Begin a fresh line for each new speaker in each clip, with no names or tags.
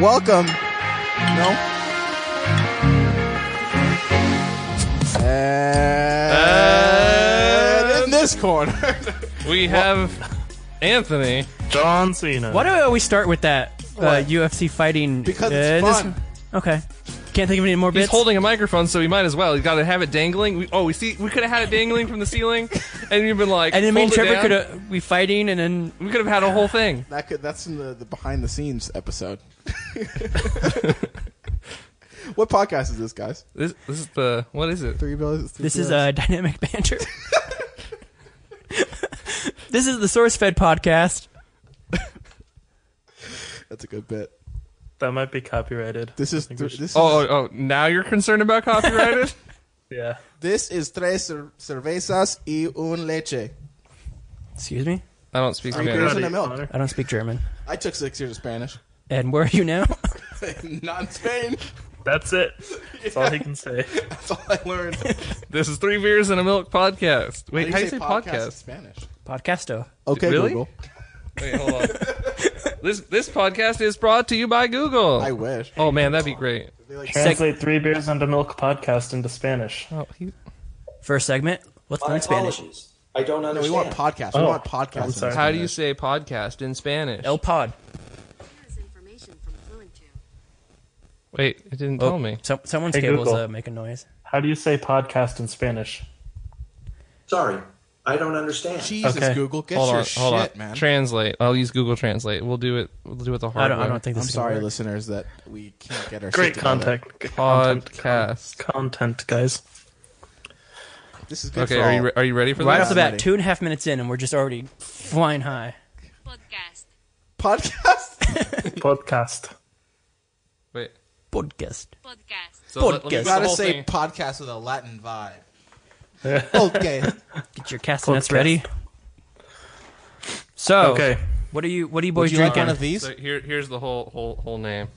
Welcome. No. And in this corner,
We have Anthony.
John Cena.
Why do we always start with that uh,
What?
UFC fighting?
because
uh,
it's
this-
fun.
okay. Can't think of any more
He's
bits.
holding a microphone, so we might as well. You got to have it dangling. We, oh, we see. We could have had it dangling from the ceiling, and you've been like,
and then me and
hold it
Trevor
down.
could have we fighting, and then
We could have had a whole thing.
That could that's in the, the behind the scenes episode. what podcast is this, guys?
This, this is the what is it?
Three bills. Three
this is
bills.
uh, dynamic banter. this is the Source Fed podcast.
that's a good bit.
That might be copyrighted.
This is
think
th-
we
this is,
should-
Oh, oh, oh, now you're concerned about copyrighted?
Yeah.
this is tres cer- cervezas y un leche.
Excuse me,
I don't speak
Three
Spanish.
beers and a milk.
Honor.
I don't speak German.
I took six years of Spanish.
And where are you now?
Not in Spain.
That's it. That's all he can say.
That's all I learned.
This is three beers and a milk podcast. Wait, how do you say
in
podcast?
Spanish?
Podcasto.
Okay,
Really?
Google.
Wait, hold on. this this podcast is brought to you by Google.
I wish.
oh man, that'd be great.
They like
Translate Three Beers and a Milk podcast into Spanish.
Oh, he,
First segment. Let's
My
learn Spanish.
apologies. I don't
No, we
understand.
want podcasts. We
Oh,
want podcasts.
I'm sorry.
in
how do you
Spanish.
say podcast in Spanish?
El Pod.
has information from Fluent2.
Wait, it didn't tell me.
So, Oh, someone's
Hey,
cable's
Google.
uh, making noise.
How do you say podcast in Spanish?
Sorry, I don't understand.
Jesus,
Okay.
Google, get
Hold
your
on,
shit,
hold on.
man.
Translate. I'll use Google Translate. We'll do it. We'll do it the hard
I don't. I
way.
don't think
I'm
this. is gonna
sorry,
work.
listeners, that we can't get our
Great
shit together.
contact. Good content.
Podcast.
Content, guys.
This is good
Okay,
for
are
all.
you re- are you ready for
Right
this?
off the bat,
Ready.
two and a half minutes in, and we're just already flying high.
Podcast.
podcast?
Podcast.
Wait.
Podcast.
Podcast.
So let, let me
Podcast.
do the
Gotta
whole
say
thing.
podcast with a Latin vibe. okay.
Get your castanets
Podcast.
ready. So,
Oh.
Okay.
what are you? What are you
Would
boys
you like
drinking?
one of these?
So here, here's the whole whole whole name.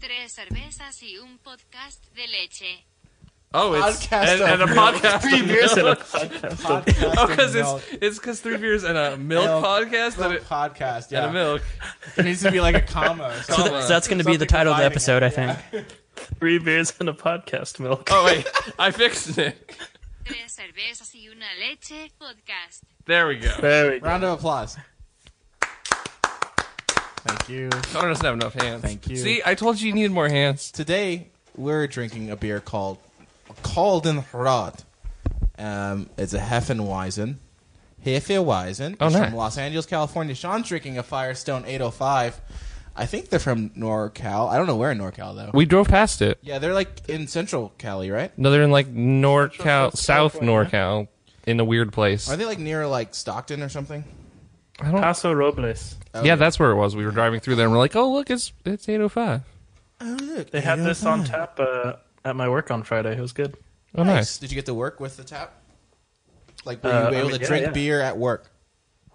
Tres cervezas y un podcast de leche.
Oh, it's
Podcast
and,
of
and a
milk.
podcast.
Three beers and a
Podcast
Oh,
and
because
milk.
it's it's because three beers and a milk
Milk.
podcast and,
Milk
it,
podcast.
and
Yeah.
a milk.
There needs to be like a comma. or
So,
something.
th- so that's going to be the
Something
title of the
combining
episode,
it,
I think.
Three beers and a podcast milk.
Oh wait, I fixed it.
Tres cervezas y una leche. Podcast.
There we go.
There we go.
Round of applause. Thank you.
Connor doesn't have enough hands.
Thank you.
See, I told you you needed more hands.
Today we're drinking a beer called Calden Hrad. Um, it's a Heffenweisen. Hefeweizen.
Oh,
It's
nice.
From Los Angeles, California. Sean's drinking a Firestone 805. I think they're from NorCal. I don't know where in NorCal though.
We drove past it.
yeah, they're like in Central Cali, right?
No, they're in like NorCal, South NorCal, in a weird place.
Are they like near like Stockton or something?
I don't.
Paso Robles.
Yeah, that's where it was. We were driving through there and we're like, oh look, it's it's eight oh five.
They had this on tap uh, at my work on Friday. It was good.
Oh nice.
Did you get to work with the tap? Like, were
Uh,
you
I
able
mean,
to
yeah,
drink
yeah.
beer at work?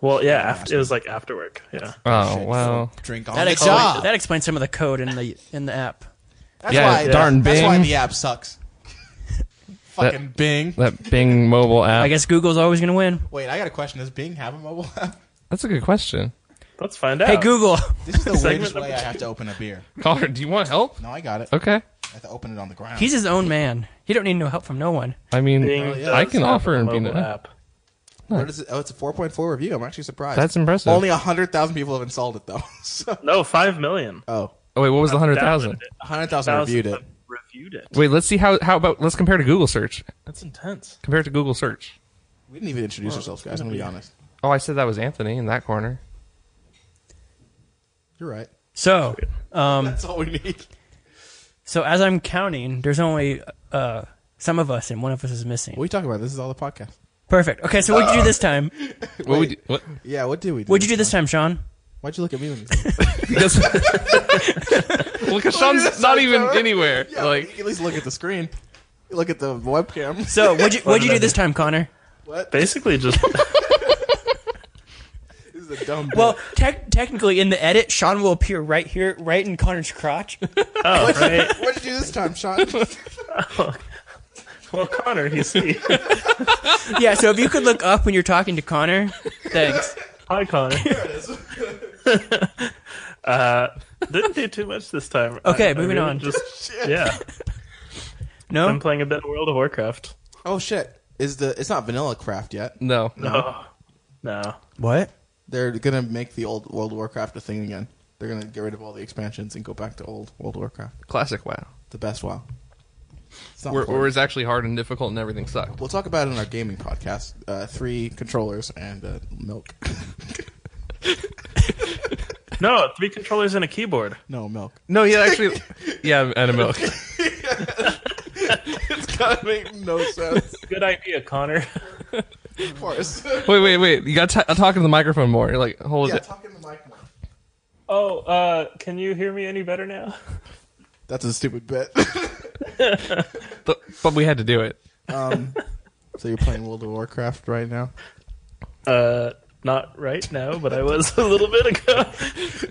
Well, yeah, after, it was like after work. Yeah.
Oh
Shit,
wow.
Drink on
That,
the
explains,
job.
that explains some of the code in the in the app.
That's
Yeah,
why.
darn
That's why
Bing.
the app sucks. Fucking Bing.
That Bing mobile app.
I guess Google's always going to win.
Wait, I got a question. Does Bing have a mobile app?
that's a good question.
Let's find out.
Hey Google,
This is the
Segment
weirdest
number
way I
two.
have to open a beer.
Connor, do you want help?
No, I got it.
Okay.
I have to open it on the ground.
he's his own man. He don't need no help from no one.
I mean,
Bing
Oh, I
does
can
have
offer
a
and be
mobile
nice.
app.
Where does it, oh, it's a 4.4 review. I'm actually surprised.
That's impressive.
Only 100,000 people have installed it, though. so,
No, five million.
oh,
Oh wait, what was the hundred thousand?
Downloaded it.
100,000 reviewed it.
Thousands have Reviewed it.
Wait, let's see how how about let's compare to Google search.
That's intense.
Compare it to Google search.
We didn't even introduce ourselves, guys. I'm going to be honest.
Oh, I said that was Anthony in that corner.
You're right.
So, um,
That's all we need.
so as I'm counting, there's only uh, some of us, and one of us is missing.
What are you talking about? This is all the podcast.
Perfect. Okay, so what'd you do this time?
What would you, what?
Yeah, what did we do?
What'd you do this time, Sean?
Why'd you look at me when you said
Because well, 'cause Sean's not even anywhere.
yeah,
like
you can at least look at the screen. You Look at the webcam.
So what'd you
What
what'd you
did
do
I
this
do?
time, Connor?
Basically, just oh,
This is a dumb bit.
Well, tec- technically, in the edit, Sean will appear right here, right in Connor's crotch.
oh right.
what did you do this time, Sean?
Well, Connor, you see.
Yeah, so if you could look up when you're talking to Connor, thanks.
Hi, Connor. uh, didn't do too much this time.
Okay, moving on.
Just yeah, I'm
No?
playing a bit of World of Warcraft.
Oh shit! Is the it's not vanilla craft yet?
No.
No, no.
What?
They're gonna make the old World of Warcraft a thing again. They're gonna get rid of all the expansions and go back to old World of Warcraft,
Classic WoW.
the best WoW. It's not
Where,
important.
where it's actually hard and difficult and everything sucked.
We'll talk about it in our gaming podcast. Uh, three controllers and uh, milk.
No, three controllers and a keyboard.
no milk.
No, yeah, actually. yeah, and a milk.
It's gotta make no sense.
Good idea, Connor.
Of course.
Wait, wait, wait. You got to talk into the microphone more. You're like, hold
yeah,
it.
talk in the mic more.
Oh, uh, can you hear me any better now?
That's a stupid bit.
But- but we had to do it.
um, so you're playing World of Warcraft right now?
Uh, not right now, but I was a little bit ago.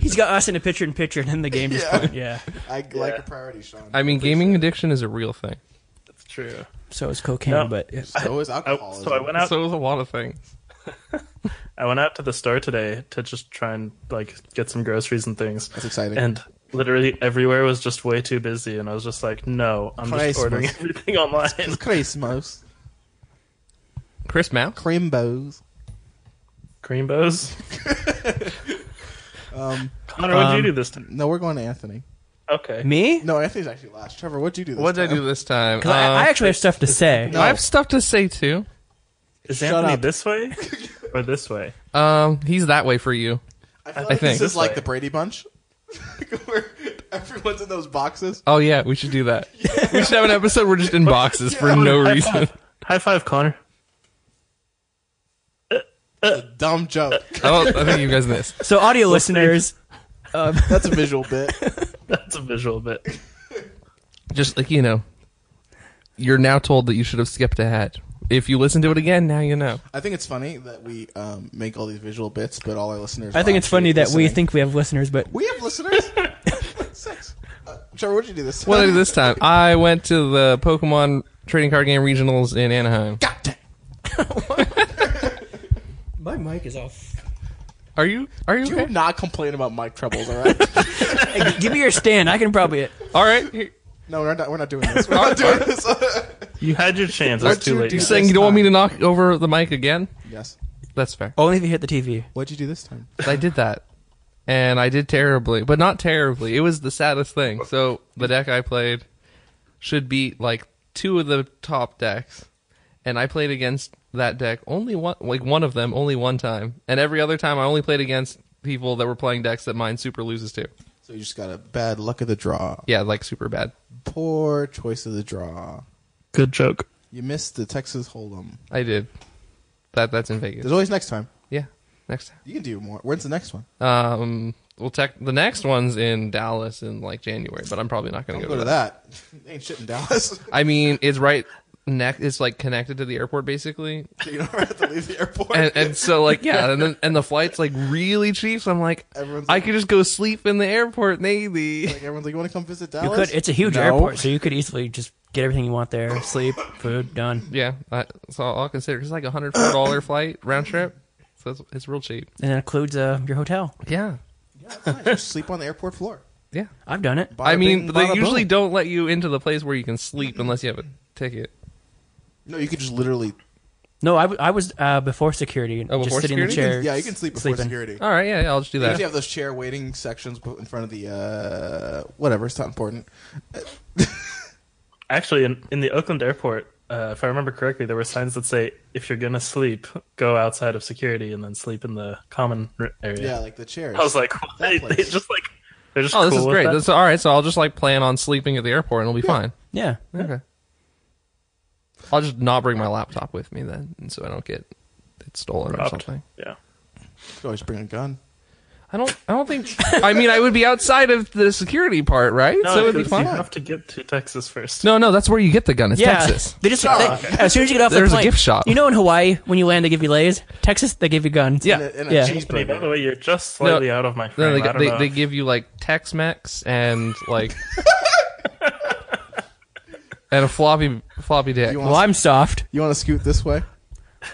He's got us in a picture in picture and then the game just
Yeah.
went, yeah.
I like a priority, Sean.
I mean, gaming addiction is a real thing.
It's true.
So it's cocaine,
No.
but yeah.
so is
I,
alcoholism.
so I went out.
So is a lot of things.
I went out to the store today to just try and like get some groceries and things.
That's exciting.
And literally everywhere was just way too busy, and I was just like, no, I'm
Christmas.
just ordering everything online.
Christmas.
Chris Mount?
Crimbos.
Creambows.
Um,
Connor, what'd
Um,
you do this time?
no, we're going to Anthony.
Okay.
Me?
No, Anthony's actually last. Trevor, what'd you do this
What did I
time?
do this time? Um,
'Cause I, I actually have stuff to say.
No.
I have stuff to say too.
Is
Shut
Anthony
up.
this way or this way?
Um, he's that way for you.
I feel
I
like
think.
this is like the Brady Bunch. Where everyone's in those boxes.
Oh yeah, we should do that. We should have an episode where we're just in boxes for no
High
reason.
five. High five, Connor.
Dumb joke.
I, don't, I think you guys missed.
So audio listeners,
That's a visual bit.
That's a visual bit.
Just like you know, you're now told that you should have skipped ahead. If you listen to it again, now you know.
I think it's funny that we um, make all these visual bits, but all our listeners.
I
are
think it's
actually
funny that we
listening.
think we have listeners, but
we have listeners. Six. Uh, Trevor, what'd you do this?
What did I
time?
do this time? I went to the Pokemon trading card game regionals in Anaheim.
God damn.
my mic is off.
Are you? Are you
Do
okay?
not complain about mic troubles, all right?
give me your stand. I can probably
All right. Here-
no, we're not. We're not doing this. We're not doing this.
You had your chance.
What'd
It's too
you
late.
do?
You're
now.
saying you don't want me to knock over the mic again?
yes.
That's fair.
only if you hit the TV.
What'd you do this time?
I did that. And I did terribly, but not terribly. It was the saddest thing. So the deck I played should beat like two of the top decks. And I played against that deck only one like one of them only one time. And every other time I only played against people that were playing decks that mine super loses to.
So you just got a bad luck of the draw.
Yeah, like super bad.
Poor choice of the draw.
Good joke.
You missed the Texas Hold'em.
I did. That that's in Vegas.
There's always next time.
Yeah. Next time.
You can do more. When's the next one?
Um well tech the next one's in Dallas in like January, but I'm probably not gonna
Don't
go,
go to
that.
that. Ain't shit in Dallas.
I mean, it's right neck. It's like connected to the airport, basically,
you don't have to leave the airport.
and and so like yeah, and then, and the flight's like really cheap. So I'm like,
Everyone's
I
like-
could just go sleep in the airport, maybe.
like everyone's like, you want to come visit
You
Dallas?
could. It's a huge
No.
airport, so you could easily just get everything you want there: sleep, food, done,
yeah, I, so I'll consider it's like a hundred four dollar flight round trip, so it's, it's real cheap.
and that includes uh, your hotel.
Yeah,
Nice. Just sleep on the airport floor.
yeah.
I've done it.
Bada
I mean,
bing,
but they
bada
usually
boom.
don't let you into the place where you can sleep unless you have a ticket.
No, you could just literally.
No, I, w- I was uh, before security,
Oh, before
just sitting
security?
in the chair.
Yeah, you can sleep before
sleeping.
security.
All right, Oh. yeah, yeah, I'll just do
You usually
that.
have those chair waiting sections bu- in front of the uh, whatever. It's not important.
Actually, in, in the Oakland airport, uh, if I remember correctly, there were signs that say, "If you're gonna sleep, go outside of security and then sleep in the common r- area."
Yeah, like the chairs.
I was like, what? They,
place.
they just like they're just.
Oh, this
cool
is
with
great.
that?
That's all right. So I'll just like plan on sleeping at the airport, and it'll be fine.
Yeah.
Okay. I'll just not bring my laptop with me then, and so I don't get it stolen or
Robbed.
something.
Yeah.
You could always bring a gun.
I don't. I don't think. I mean, I would be outside of the security part, right?
No,
so it would be
because you
fine.
have to get to Texas first.
No, no, that's where you get the gun. It's
Yeah,
Texas.
they just they- as soon as you get off
There's a
the plane,
gift shop.
You know, in Hawaii, when you land, they give you lays. Texas, they give you guns.
Yeah.
And a, and a
Yeah.
Anthony, by the
cheeseburger.
way, you're just slightly
No.
out of my
No,
frame.
they,
I don't
they,
know.
they give you like Tex-Mex and like and a floppy floppy dick.
You want-
Well, I'm soft.
You want to scoot this way?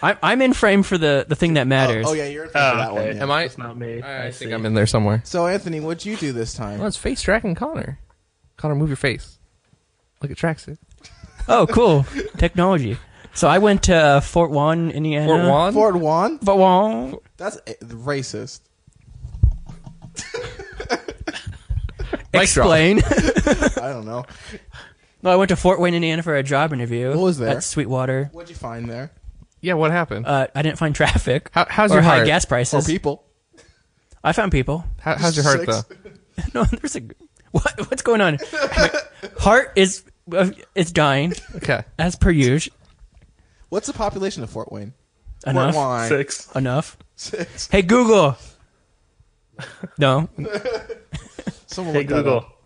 I'm I'm in frame for the the thing that matters.
Oh, oh yeah, you're in front
Oh,
of that
okay.
one. yeah.
Am I?
It's not me.
I, I
I
think
see.
I'm in there somewhere.
So Anthony, what'd you do this time?
Oh, it's face tracking Connor. Connor, move your face. Look, it tracks it.
Oh, cool technology. So I went to uh, Fort Juan, Indiana.
Fort Juan.
Ford Juan?
Fort Juan.
That's a- racist.
Mic drop.
Explain.
I don't know.
no, I went to Fort Wayne, Indiana for a job interview.
What was there?
At Sweetwater.
What'd you find there?
Yeah, what happened?
Uh, I didn't find traffic.
How- how's
or
your
high
heart?
gas
Or
prices?
people.
I found people.
How, how's your heart
Six.
though?
No, there's a what? What's going on? My heart is uh, it's dying
Okay.
as per usual.
What's the population of Fort Wayne?
Enough.
Fort Wine.
Six.
Enough.
Six.
Hey Google. No,
Someone
Hey
look that
Google,
up.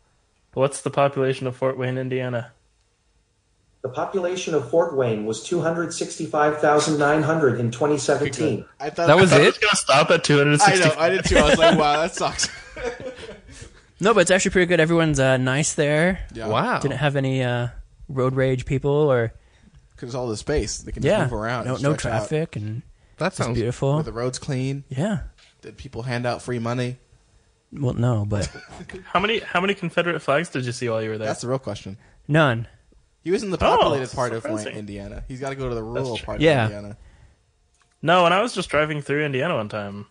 what's the population of Fort Wayne, Indiana?
The population of Fort Wayne was 265,900 in 2017.
I thought
That was
I,
it?
It's gonna stop at
I know.
265.
I did too. I was like, wow, that sucks.
no, but it's actually pretty good. Everyone's uh, nice there.
Yeah.
Wow.
Didn't have any uh, road rage people or
Because all the space they can just
yeah,
move around.
no
and
no
stretch out.
traffic and
that
it's
sounds beautiful.
Were
beautiful.
the roads clean?
Yeah.
Did people hand out free money?
Well, no, but
How many how many Confederate flags did you see while you were there?
That's the real question.
none.
He was in the populated
Oh,
part of Wayne,
surprising.
Indiana. He's got to go to the rural
true.
part
Yeah.
of Indiana.
no, when I was just driving through Indiana one time,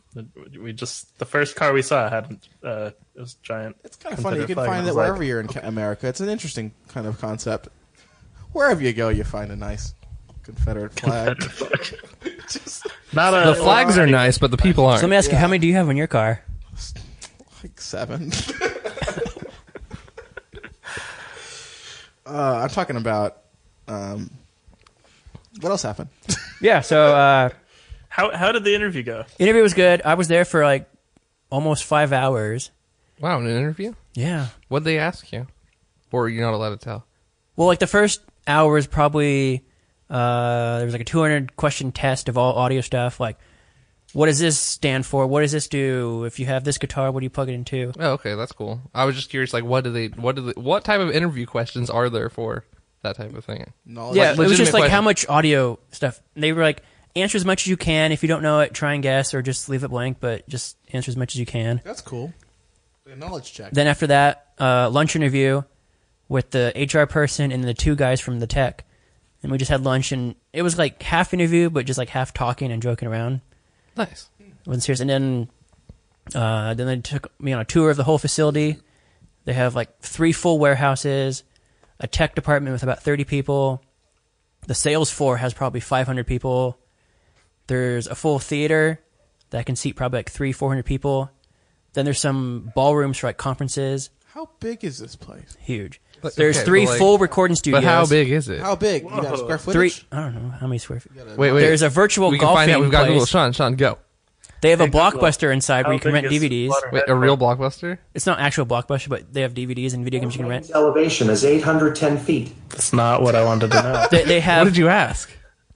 we just the first car we saw had uh, it was giant.
It's kind of funny. You can
Confederate flag,
find
and I
it
was like,
wherever you're in Ca- America. It's an interesting kind of concept. Wherever you go, you find a nice Confederate flag. Just
Not a
The flags are nice, but the people
So let
aren't.
me ask you, how many do you have on your car?
like seven. uh, I'm talking about. Um, what else happened?
Yeah. So uh,
How how did the interview go?
interview was good. I was there for like almost five hours.
Wow, in an interview?
Yeah.
What'd they ask you? Or you're not allowed to tell.
Well, like the first hour is probably uh, there was like a 200 question test of all audio stuff. Like, what does this stand for? What does this do? If you have this guitar, what do you plug it into?
Oh, okay, that's cool. I was just curious, like, what do they, what do they, what type of interview questions are there for that type of thing?
Knowledge.
Yeah, it was
legitimate
just like how
question.
much audio stuff. They were like, answer as much as you can. If you don't know it, try and guess, or just leave it blank, but just answer as much as you can.
That's cool. A knowledge check.
Then after that, uh, lunch interview with the HR person and the two guys from the tech, and we just had lunch, and it was like half interview, but just like half talking and joking around.
Nice.
wasn't serious. And then, uh, then they took me on a tour of the whole facility. They have like three full warehouses, a tech department with about thirty people. The sales floor has probably five hundred people. There's a full theater that can seat probably like three, four hundred people. Then there's some ballrooms for like conferences.
How big is this place?
Huge.
But-
there's
okay,
three
but, like-
full recording studios.
But how big is it?
How big? You got square
Three.
footage?
I don't know how many square feet.
wait, wait.
There's a virtual
we can
golfing
find out. We've got
place.
Google. Sean, Sean, go.
They have a
Google.
blockbuster inside where
How
you can
big
rent
is
DVDs.
Waterhead
Wait, a real blockbuster?
It's not actual blockbuster, but they have DVDs and video games you can rent.
Its elevation is 810 feet.
That's not what I wanted to know.
They, they
What
have
did you ask?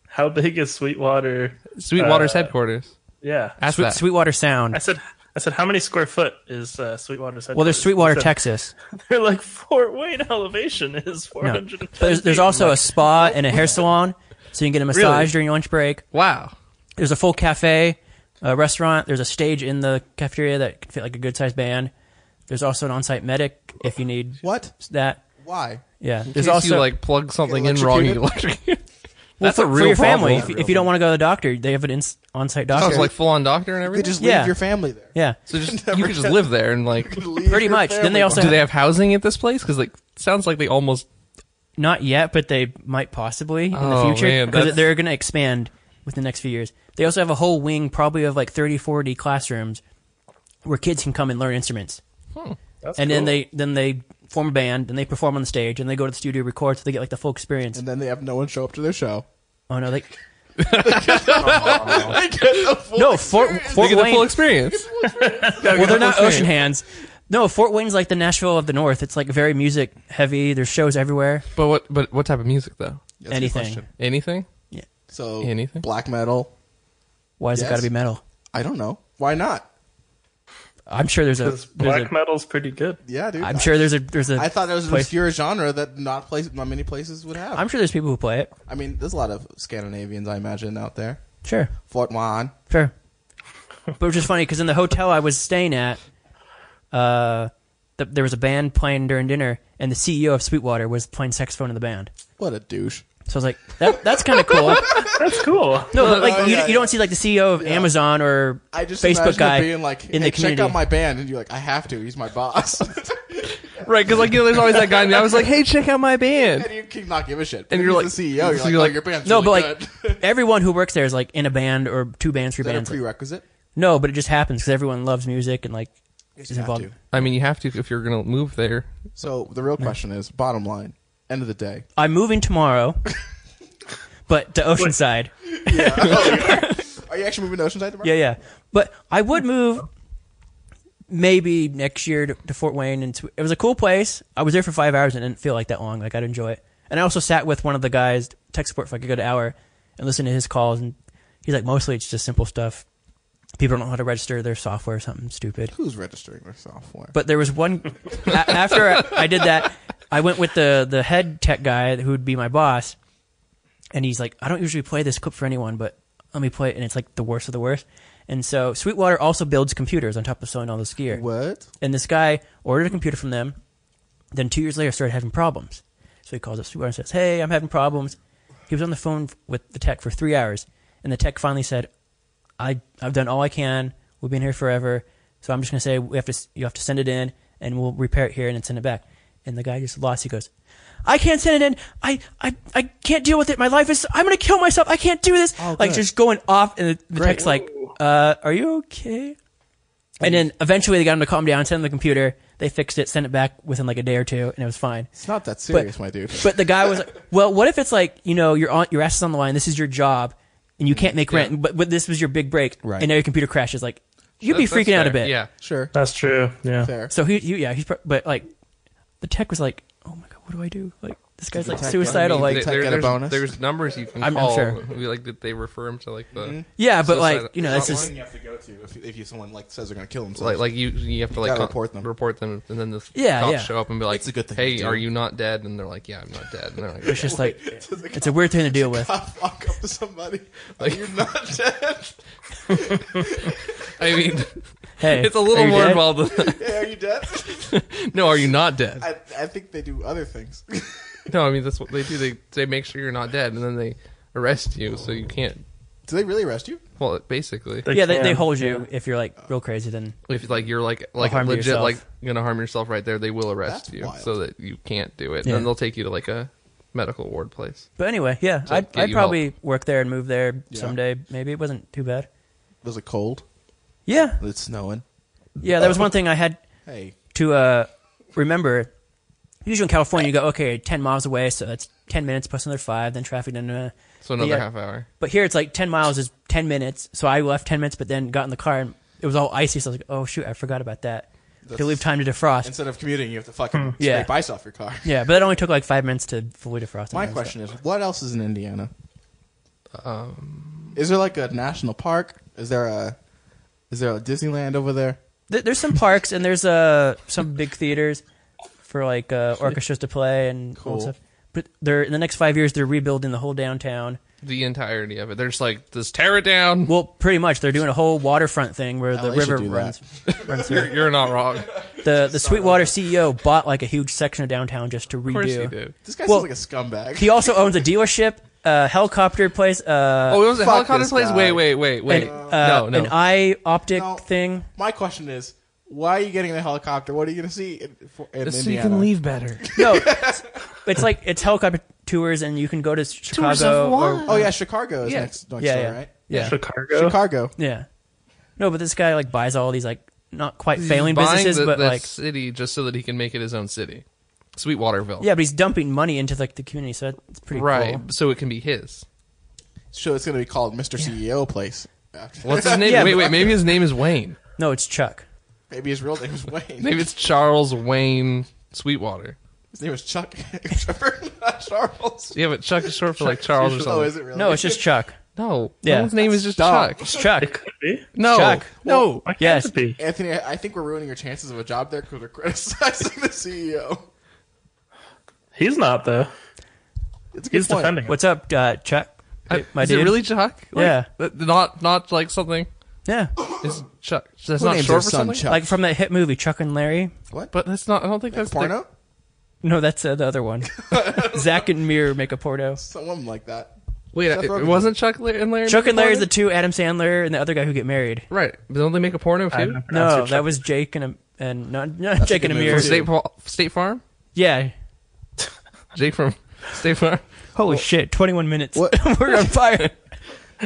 How big is Sweetwater?
Sweetwater's
Uh,
headquarters.
Yeah,
Ask
Sweet,
that.
Sweetwater Sound.
I said I said how many square foot is uh, Sweetwater's
Well,
headquarters?
there's Sweetwater,
You said,
Texas.
They're like Fort Wayne elevation is four
No.
hundred.
But There's, there's also a spa and a hair salon, so you can get a massage
Really?
during your lunch break.
wow.
There's a full cafe, a restaurant. There's a stage in the cafeteria that can fit like a good sized band. There's also an on site medic if you need
What?
that.
Why?
Yeah.
In
There's
case
also
you like plug something in wrong, you get electrocuted. That's a
for,
real
for your
problem.
family. If, if you don't want to go to the doctor, they have an on site
I
doctor.
was like full on doctor and
They
everything.
just
Yeah.
leave your family there.
yeah.
so just
never
you could just
get-
live there and like.
Leave
Pretty
your
much. Then
family
they also
Do
have,
they have housing at this place? Because like sounds like they almost
not yet, but they might possibly in
Oh,
the future
man,
because
that's-
they're going to expand with the next few years. They also have a whole wing, probably of like 30, 40 classrooms where kids can come and learn instruments, and then they then they form a band, and they perform on the stage, and they go to the studio record, so they get like the full experience.
And then they have no one show up to their show.
oh no, they
I get the full-
no Fort
they
Fort
get the full
Wayne.
experience.
Well, they're not
full
ocean
experience.
hands. No, Fort Wayne's like the Nashville of the North. It's like very music heavy. There's shows everywhere.
But what? But what type of music though?
That's a good
anything.
question.
Anything?
So
Anything?
black metal.
Why has it
Yes.
got to be metal?
I don't know. Why not?
I'm sure there's a.
Because
There's
black
a
metal's pretty good.
Yeah, dude.
I'm sure there's a. There's a.
I thought that was an
place-
obscure genre that not place not many places would have.
I'm sure there's people who play it.
I mean, there's a lot of Scandinavians, I imagine, out there.
Sure.
Fort Juan.
Sure. But which is funny because in the hotel I was staying at, uh, th there was a band playing during dinner, and the CEO of Sweetwater was playing saxophone in the band.
What a douche.
So I was like, that, that's kind of cool.
That's cool.
No, but like
Oh,
you,
yeah,
you
yeah.
don't see like the CEO of Amazon or
I just
Facebook
imagine
guy
it being like,
in
hey,
the community.
check out my band, and you're like, I have to. He's my boss.
Right, because like you know, there's always that guy. in there. I was like, "Hey, check out my band."
and you can not give a shit.
And
If
you're
he's
like-
the CEO. You're
so
like,
you're
oh,
like-
your band's
no,
really
but
good. Is
like everyone who works there is like in a band or two bands, three
that a
bands.
prerequisite?
no, but it just happens because everyone loves music and like
Yes,
is
you have
involved.
to.
I mean, you have to if you're gonna move there.
So the real question is, bottom line, end of the day,
I'm moving tomorrow, but to Oceanside.
Oh, are you actually moving to Oceanside tomorrow?
Yeah, yeah. But I would move maybe next year to, to Fort Wayne. And to, it was a cool place. I was there for five hours and it didn't feel like that long. Like I'd enjoy it. And I also sat with one of the guys tech support for like a good hour and listened to his calls. And he's like, mostly it's just simple stuff. People don't know how to register their software or something stupid.
Who's registering their software?
But there was one a- after I, I did that. I went with the the head tech guy who would be my boss, and he's like, "I don't usually play this clip for anyone, but let me play it." And it's like the worst of the worst. And so Sweetwater also builds computers on top of selling all this gear.
what?
And this guy ordered a computer from them. Then two years later, started having problems. So he calls up Sweetwater and says, "Hey, I'm having problems." He was on the phone with the tech for three hours, and the tech finally said, "I I've done all I can. We've been here forever, so I'm just gonna say we have to s- you have to send it in, and we'll repair it here and then send it back." And the guy just lost. He goes, "I can't send it in. I I I can't deal with it. My life is. I'm gonna kill myself. I can't do this."
Oh,
like
good.
just going off, and the, the
Great.
tech's like, uh, "Are you okay?" And then eventually they got him to calm down, sent him the computer. They fixed it, sent it back within like a day or two, and it was fine.
It's not that serious, my dude.
But the guy was like, "Well, what if it's like you know your on, your ass is on the line. This is your job, and you can't make rent. But, but this was your big break,
Right.
and now your computer crashes. Like you'd be
That's- that's
freaking out a
fair.
bit.
Yeah,
sure,
That's true. Yeah.
fair.
So he, he yeah, he's pro- but like the tech was like, "Oh my god, what do I do? Like this guy's
the
like
tech
suicidal.
get me
Like
the-
There-
get a
there's,
bonus?
there's numbers you can
I'm- I'm
call.
sure.
We, like did they refer him to like the
Mm-hmm.
yeah, but
Suicidal.
like you know that's just
you have to go to if, if you someone like says they're gonna kill themselves.
like like you you have to like
Gotta
co-
report them.
report them, and then the
Yeah,
cops
yeah.
show up and be like,
It's a good thing
"Hey,
to do.
are you not dead?" And they're like, "Yeah, I'm not dead." And they're like,
it's just like it's a weird thing to deal with.
walk up to somebody like you're not dead.
"I mean,
Hey,
it's a
are
little
you
more
dead?
involved than that.
Hey, are you dead?
No, are you not dead?
I, I think they do other things.
No, I mean that's what they do. They they make sure you're not dead, and then they arrest you, so you can't.
do they really arrest you?
Well, basically,
Yeah, they, they
can.
hold you if you're like real crazy. Then
if like you're like like
harm
legit
yourself.
like gonna harm yourself right there, they will arrest
That's
you
wild.
so that you can't do it.
Yeah.
And then they'll take you to like a medical ward place.
But anyway, yeah,
So
I'd,
get
I'd
you
probably work there and move there someday. Maybe it wasn't too bad.
Was it cold?
Yeah,
It's snowing.
yeah. That was one thing I had
Hey,
to uh, remember. Usually in California, you go okay, ten miles away, so that's ten minutes plus another five, then traffic, then. Uh,
So another
Yeah.
half hour.
but here it's like ten miles is ten minutes, so I left ten minutes, but then got in the car and it was all icy, so I was like, oh shoot, I forgot about that. to
That's-
leave time to defrost.
instead of commuting, you have to fucking scrape
Yeah.
ice off your car.
yeah, but that only took like five minutes to fully defrost.
My
and all that
question is, what else is in Indiana? Um, is there like a national park? Is there a is there a Disneyland over there?
Th- there's some parks and there's uh some big theaters for like uh, orchestras to play and all
Cool.
that stuff. But they're in the next five years they're rebuilding the whole downtown.
The entirety of it. There's like this tear it down.
Well, pretty much they're doing a whole waterfront thing where the
LA should
river
do
runs. runs through.
You're, you're not wrong.
The the Sweetwater CEO bought like a huge section of downtown just to redo.
Of course you did.
This guy
Well,
sounds like a scumbag.
He also owns a dealership, a helicopter place, uh,
Oh, it was a
Fuck
helicopter
this
place.
guy.
Wait, wait, wait, wait.
an, uh,
no, no.
an eye optic
No.
thing.
My question is, why are you getting in a helicopter? What are you going to see in, for, in
so you
Indiana?
can leave better.
No, it's, it's like it's helicopter tours, and you can go to Chicago. or-
Oh yeah, Chicago is
Yeah.
next, next
yeah,
door,
yeah,
right?
yeah.
Chicago.
Chicago.
Yeah. No, but this guy like buys all these like not quite failing
He's buying
businesses,
the,
but
the
like
city just so that he can make it his own city, Sweetwaterville.
yeah, but he's dumping money into like the community, so that's pretty
right.
cool.
So it can be his.
So it's going to be called Mr. CEO Place. after-
What's his name?
Yeah,
wait,
but-
wait. Maybe his name is Wayne.
No, it's Chuck.
Maybe his real name is Wayne.
Maybe it's Charles Wayne Sweetwater.
his name is Chuck Trevor, not Charles.
Yeah, but Chuck is short for like Charles or
Oh,
something.
is it really?
No, it's just Chuck.
No.
Yeah.
No one's name is just
Stop.
Chuck.
Chuck.
It could be.
No.
Chuck.
No.
Why can't
Yes.
it be?
Anthony, I I think we're ruining your chances of a job there because we're criticizing the E CEO.
He's not though.
It's a good
He's
point.
defending.
What's up, uh, Chuck?
I-
My
is it
dude?
really Chuck? Like,
Yeah.
th- Not not like something.
Yeah,
Is Chuck? That's
Who
not
names
short
their
for
son
something.
Chuck?
like from that hit movie Chuck and Larry.
what?
But that's not. I don't think
Like
that's the-
porno?
No, that's uh, the other one. Zach and Mir make a porno.
Someone like that.
Wait,
Seth
it, it
Rogen.
wasn't Chuck La- and Larry.
Chuck
make
and
a
Larry's the
porno?
two Adam Sandler and the other guy who get married.
right. But don't they make a porno
I
too?
haven't pronounced
No,
it
that
Chuck.
was Jake and um, and not, not
a
Jake and
good
Amir.
movie.
State Fa- State Farm.
Yeah.
Jake from State Farm
Holy shit! Twenty-one minutes.
What-
We're on fire.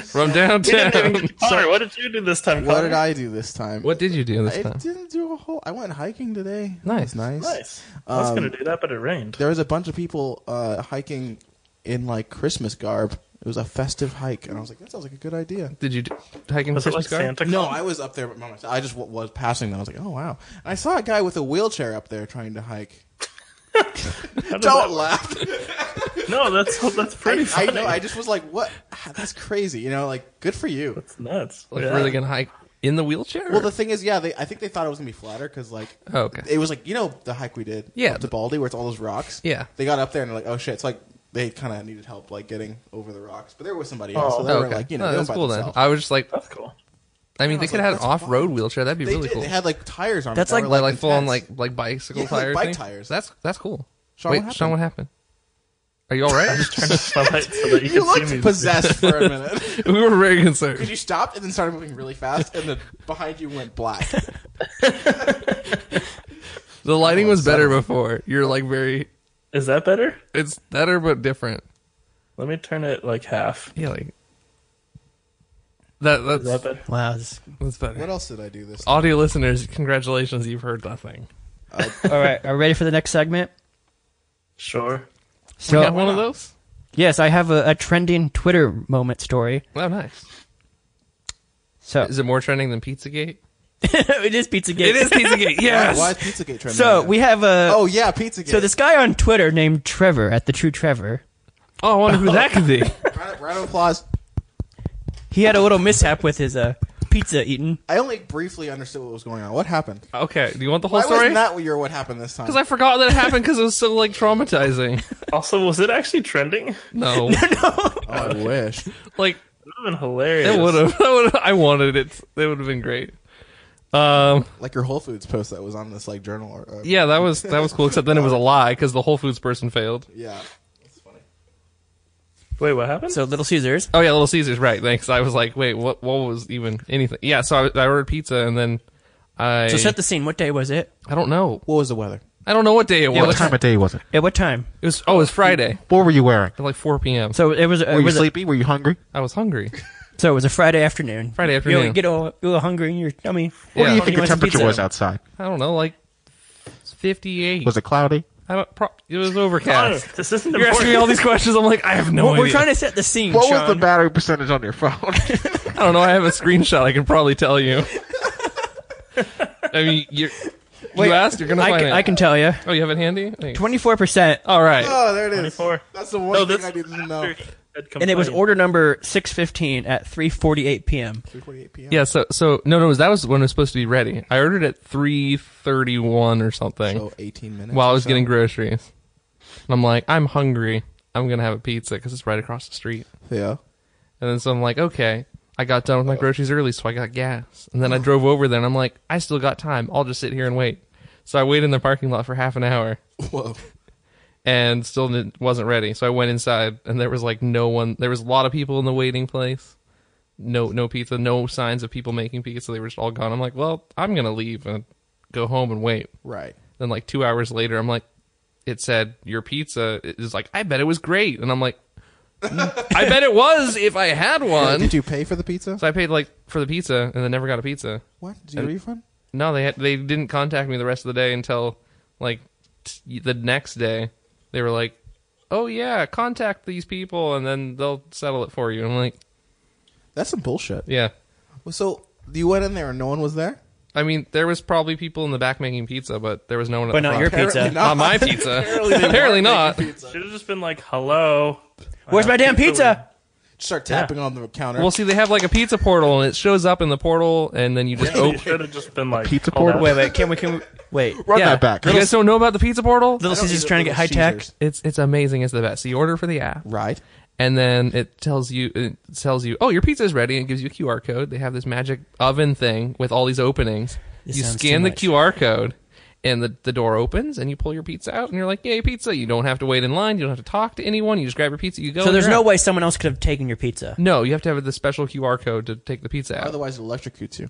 from
We didn't
downtown.
even- Connor, what did you do this time?
What
Connor?
did I do this time?
what did you do this
I
time?
didn't do a whole. I went hiking today. That
Nice.
was nice.
Nice. I was
Um,
gonna do that, but it rained.
There was a bunch of people uh, hiking in like Christmas garb. It was a festive hike, and I was like, "That sounds like a good idea."
Did you do, hiking
Was it like
Christmas card?
Santa?
No,
Claus?
I was up there by myself. I just w- was passing them. I was like, "Oh wow!" And I saw a guy with a wheelchair up there trying to hike.
How does
Don't
that-
laugh.
No, that's that's pretty
I, I
funny.
know. I just was like, "What? Ah, That's crazy." You know, like, good for you.
It's nuts.
Like
Yeah.
really gonna hike in the wheelchair?
Well, the thing is, yeah, they, I think they thought it was gonna be flatter because, like,
Oh, okay.
it was like you know the hike we did,
Yeah.
up to Baldy where it's all those rocks.
Yeah.
they got up there and they're like, oh shit, it's like they kind of needed help like getting over the rocks, but there was somebody else, so
Oh,
they
Oh,
were
okay.
like, you know,
No,
they
that's
were by
cool then.
themselves.
I was just like,
That's cool.
I mean,
I
they
was
could
like,
have had an
that's
off-road
fine.
wheelchair. That'd be
They
really
did.
cool.
They had like tires on.
That's
it that
like-
were,
like like full on like
intense.
like bicycle
Yeah, like
tires.
bike
thing?
tires.
That's that's cool.
Sean,
Wait,
what
Sean, what happened? Are you all right?
Turn this spotlight so that you,
You
can see me.
looked possessed for a minute
we were very
because
concerned.
you stopped and then started moving really fast, and then behind you went black.
The lighting
Oh,
was better before. You're like very.
Is that better?
It's better but different.
Let me turn it like half.
Yeah, like that. That's
Is that better?
Wow. this-
that's better.
what else did I do this?
Audio listeners, congratulations, you've heard that thing.
All right. Are we ready for the next segment?
Sure.
You
So
got one of those?
yes, I have a, a trending Twitter moment story.
Oh, nice.
So
Is it more trending than PizzaGate?
it is PizzaGate.
It is PizzaGate. Yes.
Why is PizzaGate trending?
So
again?
we have a.
Oh yeah, PizzaGate.
So this guy on Twitter named Trevor at the True Trevor.
Oh, I wonder who that could be.
round, round of applause.
He had a little mishap with his uh, pizza eating.
I only briefly understood what was going on. What happened?
Okay. Do you want the whole
Why
story?
was that your what happened this time?
Because I forgot that it happened because it was so like traumatizing.
Also, was it actually trending? It
No,
Oh, I wish.
like
would have been hilarious.
it would have. I would. I wanted it. It would have been great. Um.
like your Whole Foods post that was on this like journal or uh,
Yeah, that was that was cool. Except then it was a lie because the Whole Foods person failed.
yeah.
Wait, what happened?
So Little Caesars.
Oh yeah, Little Caesars. Right. Thanks. I was like, wait, what? What was even anything? Yeah. So I, I ordered pizza and then I.
So set the scene. What day was it?
I don't know.
What was the weather?
I don't know what day it was.
of day was it?
At what time?
It was. Oh, it was Friday
What were you wearing?
at like 4 p.m. So
So it was. uh,
Were
It
you
was a,
sleepy? Were you hungry?
I was hungry.
so it was a Friday afternoon.
Friday
You know, You
afternoon.
get all, you're all hungry in your tummy.
What do you
What do you
Yeah.
think the
wants a
temperature
pizza.
was outside?
I don't know. Like 58.
Was it cloudy?
I don't, pro- it was
Connor,
overcast.
Oh, this isn't
You're asking me all these questions. I'm like, I have no
Well,
idea.
we're trying to set the scene.
What
Sean.
was the battery percentage on your phone?
I don't know. I have a screenshot. I can probably tell you. I mean, you're, you asked. You're gonna
I
find
can,
it.
I can tell you.
Oh, you have it handy. Thanks.
Twenty-four percent,
All right.
Oh, there it is.
24.
That's the one
No,
thing
this
I didn't know.
and it was order number six fifteen at three forty-eight p.m.
3:48 p.m.
yeah. So, so no, no. That was when it was supposed to be ready. I ordered at three thirty-one or something
So 18 minutes.
while I
or
was
so.
getting groceries, and I'm like, I'm hungry. I'm gonna have a pizza because it's right across the street.
yeah.
And then so I'm like, okay. I got done with my groceries early, so I got gas. And then I drove over there, and I'm like, I still got time. I'll just sit here and wait. So I waited in the parking lot for half an hour.
Whoa.
and still didn't, wasn't ready. So I went inside, and there was like no one. There was a lot of people in the waiting place. No, no pizza. No signs of people making pizza. So they were just all gone. I'm like, well, I'm gonna leave and go home and wait.
Right.
Then like two hours later, I'm like, it said your pizza is like. I bet it was great, and I'm like, "Mm, I bet it was if I had one.
Did you pay for the pizza?
So I paid like for the pizza, and then never got a pizza.
What? Did you refund?
No, they had, they didn't contact me the rest of the day until like t- the next day. They were like, "Oh yeah, contact these people and then they'll settle it for you." I'm like,
That's some bullshit.
"Yeah."
Well, So you went in there and no one was there.
I mean, there was probably people in the back making pizza, but there was no one. At
But
the
not
front.
your pizza.
Not my pizza. Apparently,
they weren't
not.
making pizza.
Should have just been like, hello.
Where's my damn pizza?
Start tapping on the counter.
Well, see, they have like a pizza portal, and it shows up in the portal, and then you just
So you
open.
should have just been like
pizza
called
board?
out.
Wait, wait, can we can we wait?
Run
yeah,
that back.
You guys don't know about the pizza portal?
Little
don't
Caesars
need
trying to get
Little
high tech.
Caesars.
it's it's amazing. It's the best. You order for the app,
right.
and then it tells you it tells you, oh, your pizza is ready, and it gives you a QR code. They have this magic oven thing with all these openings.
This
you
sounds
scan
too
the
much.
QR code, and the the door opens, and you pull your pizza out, and you're like, yay, pizza! You don't have to wait in line. You don't have to talk to anyone. You just grab your pizza. You go.
So
and
there's
you're
no
out.
way someone else could have taken your pizza.
No, you have to have the special QR code to take the pizza out.
Otherwise, it electrocutes you.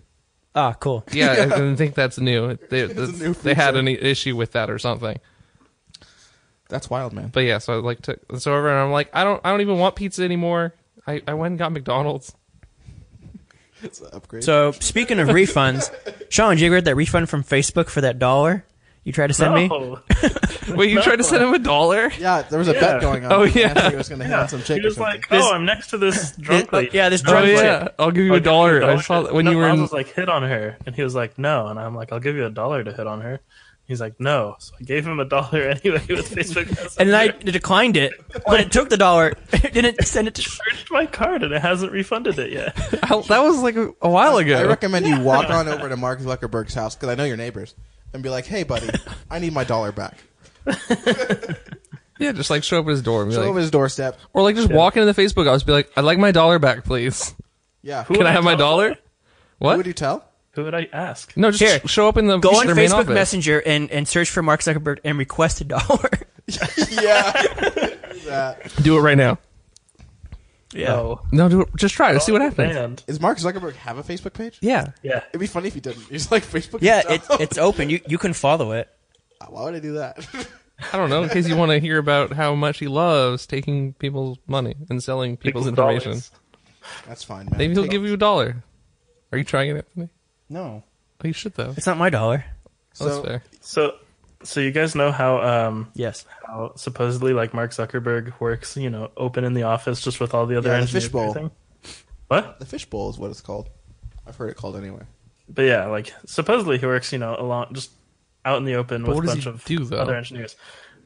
Ah, cool.
Yeah, I didn't think that's new. They,
a new
they had
feature.
an issue with that or something.
That's wild, man.
But yeah, so I like took this over and I'm like, I don't, I don't even want pizza anymore. I, I went and got McDonald's.
It's an upgrade.
So speaking of refunds, Sean, did you ever get that refund from Facebook for that dollar you tried to send me?
No.
Wait, you tried to send him a dollar?
yeah, there was a bet going on.
Oh,
Anthony
yeah.
was going to hit
Yeah.
on some chick
You're
or
just
something.
like, oh, I'm next to this drunk
oh,
lady.
yeah, this
No,
drunk
I'm
chick.
like,
yeah, I'll give Oh, you
I'll
a
give you
dollar. I saw that when
No,
you were
Miles
in.
was like, hit on her, and he was like, no, and I'm like, I'll give you a dollar to hit on her. He's like, no, so I gave him a dollar anyway with Facebook.
And then I
Messenger.
declined it, but it took the dollar. It didn't send it to.
searched my card and it hasn't refunded it yet.
I- that was like a, a while
I
ago.
recommend you walk on over to Mark Zuckerberg's house because I know your neighbors, and be like, "Hey, buddy, I need my dollar back."
Yeah, just like show up at his door and be
Show
like,
him his doorstep.
or like just walk into the Facebook office, be like, I'd like my dollar back, please.
Yeah.
Can I have my dollar?
Who would
What?
you tell?
Who would I ask?
No, just
Here.
sh- show up in the
Go on
their main
Facebook
office.
Messenger and, and search for Mark Zuckerberg and request a dollar.
yeah. Do that.
Do it right now.
yeah.
Oh,
No, do it. Just try to see what happens.
And
Does Mark Zuckerberg have a Facebook page?
Yeah,
yeah,
It'd be funny if he didn't. He's like Facebook.
Yeah, it,
himself.
it's open. You you can follow it.
Why would I do that?
I don't know, in case you want to hear about how much he loves taking people's money and selling people's, information.
dollars.
That's fine, man.
Maybe he'll give you a dollar. Are you trying it, Anthony?
no.
Oh, you should though.
It's not my dollar.
Oh, that's
So-
fair.
So, so you guys know how um
Yes.
how supposedly like Mark Zuckerberg works, you know, open in the office just with all the other
Yeah, the
engineers. and
fishbowl.
everything? What?
The fishbowl is what it's called. I've heard it called anyway.
But yeah, like supposedly he works, you know, along just out in the open with
what
a
does
bunch
he
of
do, though?
other engineers.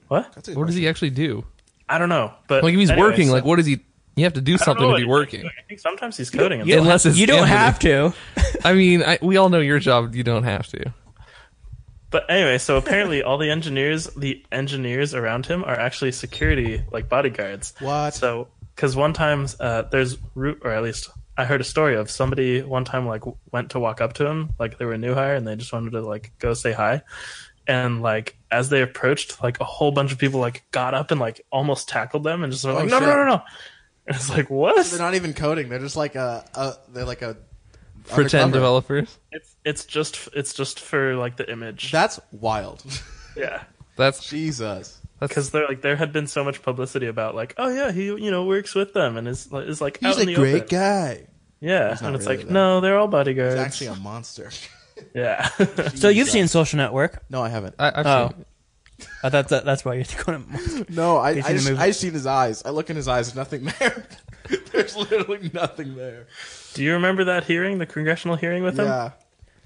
What?
That's a good
What does he actually do?
I don't know. But
Like if he's
anyway,
working,
so-
like what is he? You have to do
I don't
something
know
to
what
be
he's
working.
doing. I think sometimes he's coding. and
you
stuff.
Unless it's
you don't
Anthony.
have to.
I mean, I, we all know your job. You don't have to.
But anyway, so apparently all the engineers, the engineers around him are actually security, like bodyguards.
What?
So, because one time uh, there's root, or at least I heard a story of somebody one time like w- went to walk up to him, like they were a new hire and they just wanted to like go say hi, and like as they approached, like a whole bunch of people like got up and like almost tackled them and just were like, no,
Oh, shit.
no, no, no. And it's like what?
They're not even coding. They're just like a. a they're like a.
Pretend
undercover.
developers.
It's it's just it's just for like the image.
That's wild.
yeah.
That's
Jesus.
because there like there had been so much publicity about like oh yeah he you know works with them and is is like out
He's
in
a
the
great
open.
guy.
yeah
He's not
and it's
really,
like
though.
no they're all
He's
bodyguards
actually a monster.
yeah
So you've
Jesus.
seen Social Network.
No, I haven't.
I, I've
Oh.
seen it.
I thought that, that's why you're going to.
No, I I
seen the
just,
movie?
I seen his eyes. I look in his eyes. Nothing there. There's literally nothing there. Um,
do you remember that hearing the congressional hearing with him
Yeah.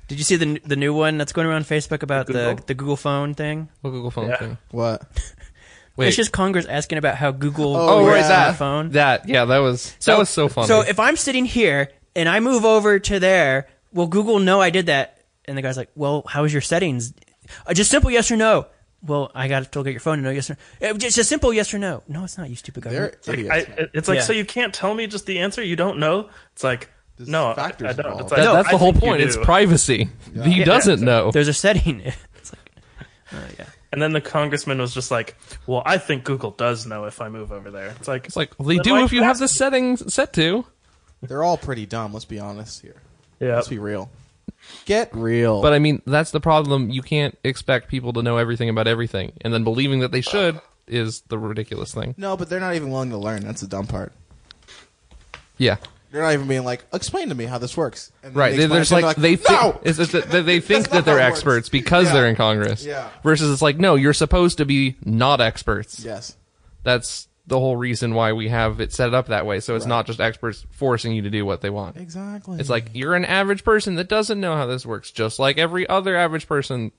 Did you see the the new one that's going around Facebook about the
Google?
the Google phone thing?
What Google phone
Yeah.
thing.
What?
Wait,
It's just Congress asking about how Google.
Oh,
works
yeah.
on the phone?
that yeah, that was that was so funny.
So if I'm sitting here and I move over to there, will Google know I did that? And the guy's like, "Well, how was your settings? Uh, just simple yes or no." Well, I got to still get your phone to know yes or no. It's just a simple yes or no. No, it's not. You stupid
They're
government.
idiots.
I,
man.
it- it's like
Yeah.
so you can't tell me just the answer you don't know it's like
There's
no I, I
factors
don't
involved.
it's
That-
like,
that's
I
the whole
think you
point.
do.
It's privacy. He doesn't know.
There's a setting. it's like, oh yeah.
and then the congressman was just like well I think Google does know if I move over there it's like
It's like they
Then
do
why
if you have the settings set to.
They're all pretty dumb. Let's be honest here.
yeah
Let's be real. Get real.
But I mean, that's the problem. You can't expect people to know everything about everything, and then believing that they should is the ridiculous thing.
no, but they're not even willing to learn. That's the dumb part.
Yeah,
They're not even being like, explain to me how this works. And then
right. They
explain
there's
it, and
like,
they're
they thi-
no.
it's, it's that- that they think
That's not
that they're
how it works.
experts because
Yeah.
they're in Congress.
Yeah.
Versus, it's like no, you're supposed to be not experts.
yes.
That's the whole reason why we have it set up that way. So it's not just experts forcing you to do what they want.
Exactly.
It's like you're an average person that doesn't know how this works, just like every other average person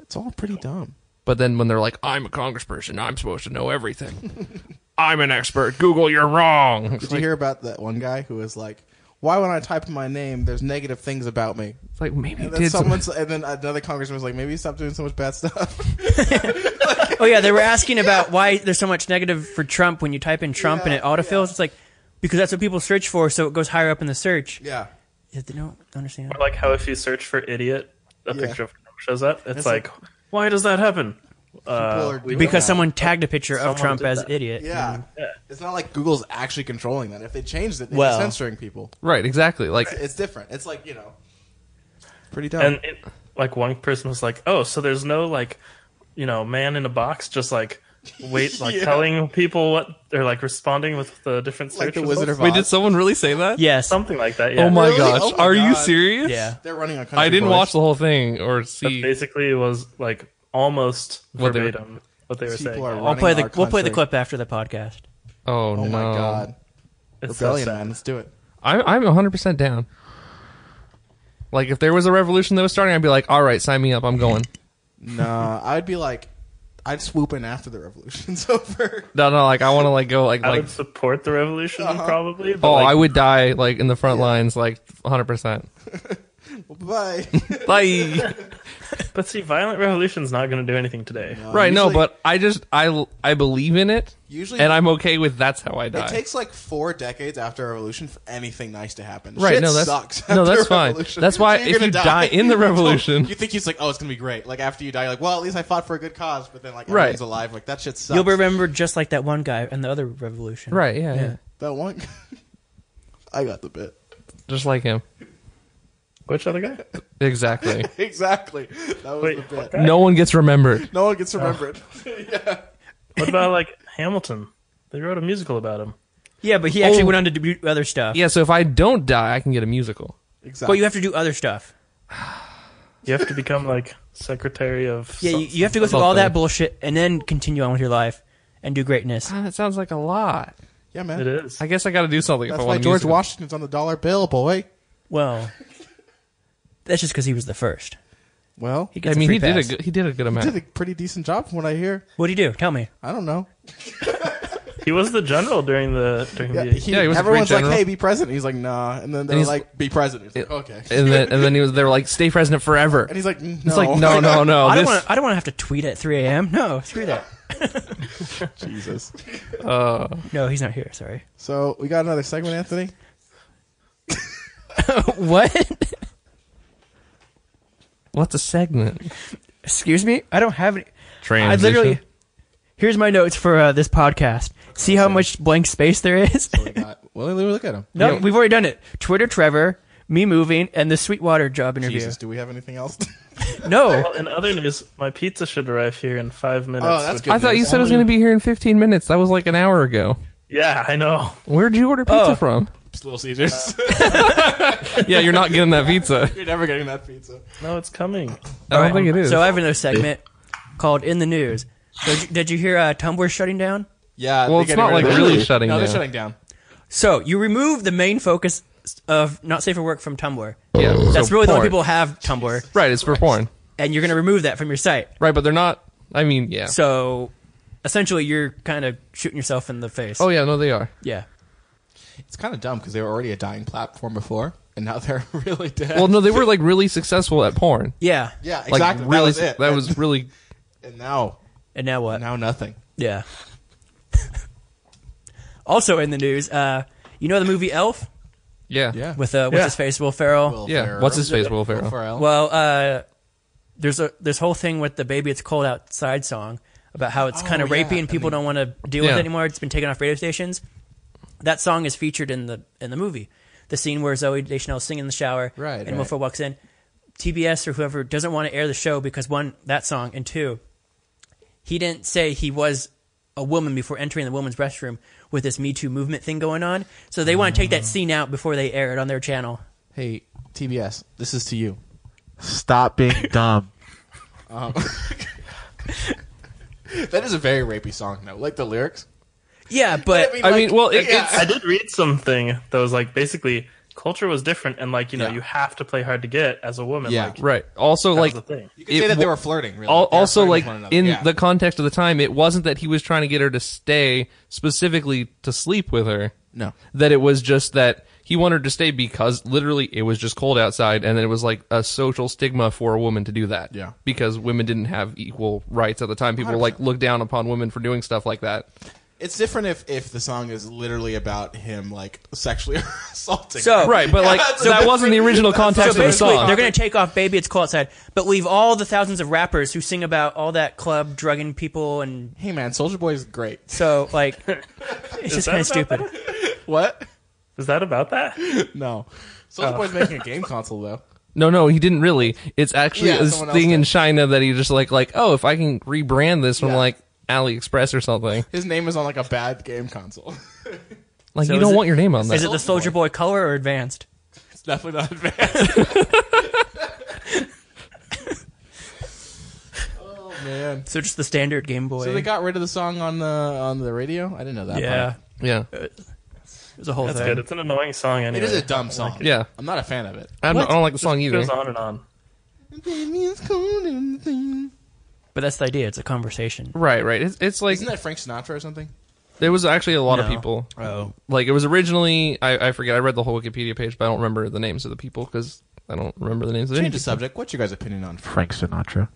it's all pretty dumb.
But then when they're like, I'm a congressperson, I'm supposed to know everything. I'm an expert. Google, you're wrong. It's
Did you
like,
hear about that one guy who was like, "Why when I type in my name, there's negative things about me?"
it's like maybe you
And then
did some-
someone, and then another congressman was like, "Maybe stop doing so much bad stuff."
Oh yeah, they were asking about why there's so much negative for Trump when you type in Trump and
Yeah,
it autofills. It's like because that's what people search for, so it goes higher up in the search.
yeah,
Yeah, They don't understand.
Or like how if you search for idiot, a
Yeah.
picture of Trump shows up. It's,
It's
like, why does that happen?
People are
Uh, we-
doing
Because
that.
someone tagged a picture of
Someone
Trump
did
as
that.
idiot. Mm-hmm.
Yeah. it's not like Google's actually controlling that. If they changed it, they're
Well.
censoring people.
right, exactly. Like
It's different. It's like you know, pretty dumb.
and it, like one person was like, oh, so there's no like, you know, man in a box just like wait, like
Yeah.
telling people what they're like responding with the different search
like the
results?
Wizard of Oz.
wait, did someone really say that?
Yes.
something like that. Yeah.
Oh my
Really?
gosh.
Oh my
Are you
God.
serious?
Yeah.
They're running on. Country
I didn't
Boys.
watch the whole thing or
That
see.
basically was like almost
What they were-
verbatim what they were
People
saying.
are
I'll
running
play the
our
we'll play the
country.
clip after the podcast.
Oh,
Oh
no.
my god,
It's so
rebellion,
sad.
man! Let's do it.
I'm I'm 100 percent down. Like if there was a revolution that was starting, I'd be like, all right, sign me up. I'm going.
Nah, I'd be like, I'd swoop in after the revolution's over.
No, no, like I want to like go like
I
like.
would support the revolution
Uh-huh.
probably. But
Oh,
like,
I would die like in the front lines, like 100. percent
Bye.
Like
But see, violent revolution's not going to do anything today.
right, no,
Usually-
but I just I I believe in it,
Usually-
and I'm okay with that's how I die.
It takes like four decades after a revolution for anything nice to happen.
Right,
Shit
no, that's-
sucks.
no,
after
that's
a
fine.
revolution.
That's why
So
if
you're gonna
you die in the
So
revolution-
you think he's like, oh, it's gonna be great. Like after you die, you're like, well, at least I fought for a good cause. But then like
Right.
everyone's alive. Like that shit sucks.
You'll remember just like that one guy in the other revolution.
right, yeah, yeah,
that one. I got the bit
just like him,
Which other guy?
exactly.
exactly. That was
Wait, Oh.
the
what
bit.
guy?
no one gets remembered.
No one gets remembered.
What about like Hamilton? They wrote a musical about him.
Yeah, but he actually
Oh.
went on to do other stuff.
Yeah, so if I don't die, I can get a musical.
Exactly.
But you have to do other stuff.
You have to become like secretary of.
Yeah, you,
some-
you have to go through
Something.
all that bullshit and then continue on with your life and do greatness.
Uh.
Ah, that sounds like a lot.
yeah, man.
it is.
I guess I got to do something. if
That's
I
why
want a
George
musical.
Washington's on the dollar bill, boy.
Well, that's just because he was the first.
Well,
He
he
gets
I mean,
a free
he did a
pass.
good, he did a good amount.
did a pretty decent job, from what I hear.
What'd he do? Tell me.
I don't know.
He was the general during the during
Yeah,
the.
he,
Yeah, he was a great
everyone's like,
general.
"Hey, be president." He's like, "Nah," and then they're
he's-
like, "Be president." He's like, okay,
and then and then he was they were like stay president forever.
and he's like, "No."
it's like no no no.
I don't
this,
want. I don't want to have to tweet at 3 a.m. No, screw that.
Jesus.
No, he's not here. Sorry.
So we got another segment, Anthony.
what?
what's a segment?
Excuse me. I don't have any. I
Transition.
literally. Here's my notes for uh, this podcast. See how much blank space there is.
We got. Well, Uh, look at him.
no, we've already done it. Twitter, Trevor, me moving, and the Sweetwater job interview.
Jesus, do we have anything else?
No,
Well, in other news, my pizza should arrive here in five minutes.
Oh, that's
which-
good.
I thought you
news.
said it was going to be here in 15 minutes. That was like an hour ago.
Yeah, I know.
Where did you order pizza
Oh.
from?
It's Little Caesars.
Yeah, you're not getting that pizza.
Uh, You're never getting that pizza.
No, it's coming.
I don't think it is.
So I have another segment called "In the News." So did you, did you hear uh, Tumblr shutting down?
Yeah.
well,
they're
it's
getting
not
rid
like
of it.
really shutting
No,
down.
they're shutting down.
So you remove the main focus of not safe for work from Tumblr.
Yeah,
That's
so
really
porn.
the only people who have Tumblr,
Right, it's for porn.
and you're going to remove that from your site.
Right, but they're not. I mean, yeah.
So essentially, you're kind of shooting yourself in the face.
oh yeah, no, they are.
yeah.
It's kind of dumb because they were already a dying platform before, and now they're really dead.
Well, no, they were like really successful at porn.
Yeah.
Yeah,
Like
exactly.
really,
that was it.
That was really.
and now,
And now what?
now nothing.
Yeah. also in the news, uh, you know the movie Elf
Yeah.
Yeah.
with uh, what's
Yeah.
his face, Will Ferrell.
Will
Yeah,
Ferrell.
what's his face, Will Ferrell.
Ferrell.
Well, uh, there's a this whole thing with the "Baby It's Cold Outside" song about how it's
Oh,
kind of
yeah.
rapey and people don't want to deal with
Yeah.
it anymore. It's been taken off radio stations. That song is featured in the in the movie. The scene where Zoe Deschanel is singing in the shower,
Right,
and
right.
Wilfred walks in. TBS or whoever doesn't want to air the show because one that song and two, he didn't say he was a woman before entering the women's restroom with this Me Too movement thing going on. So they want to
Mm.
take that scene out before they air it on their channel.
Hey, TBS, this is to you.
Stop being dumb.
That is a very rapey song, though. Like the lyrics.
Yeah, but
I mean, well, it,
yeah.
it's
I did read something that was like basically culture was different, and like you know,
Yeah.
you have to play hard to get as a woman.
Yeah.
like, that
Right. Also,
was
like
the thing.
You could say
It
that they
wa-
were flirting. Really.
Al
They were
also,
flirting with
like
one another.
in
Yeah.
the context of the time, it wasn't that he was trying to get her to stay specifically to sleep with her.
No.
that it was just that he wanted her to stay because literally it was just cold outside, and then it was like a social stigma for a woman to do that.
Yeah.
because women didn't have equal rights at the time. People like looked down upon women for doing stuff like that.
It's different if if the song is literally about him like sexually assaulting.
So-
her.
Right, but like
That's a
that wasn't the
different-
original
that's a
context of the
different
basically,
song.
they're going to take off "Baby It's Cold Outside," but leave all the thousands of rappers who sing about all that club drugging people, and
hey man, Soldier Boy is great.
so like, it's just
that
kind of
about
stupid.
What?
Is that about that?
No, Soldier Boy's making a game console though.
No, no, he didn't really. It's actually
Yeah,
this
someone else
thing in
did.
China that he just like like oh, if I can rebrand this from
Yeah.
like AliExpress or something.
His name is on like a bad game console.
Like
So
you
is
don't
it-
want your name on
Is it
that.
the Soldier Boy color or advanced?
it's definitely not advanced. oh man.
So just the standard Game Boy.
So they got rid of the song on the on the radio. I didn't know that.
yeah,
part.
Yeah.
it was a whole
That's
thing.
good. It's an annoying song anyway.
it is a dumb song.
Yeah.
I'm not a fan of it.
I don't, I don't like the song
It
either.
goes on and on.
Baby, it's cold and thin.
But that's the idea. It's a conversation.
Right, right. It's, it's like
Isn't that Frank Sinatra or something?
there was actually a lot of
No.
people.
Oh,
Like it was originally I, I forget. I read the whole Wikipedia page, but I don't remember the names of the people because I don't remember the names of
change the
the
subject. What's your guys' opinion on
Frank Sinatra.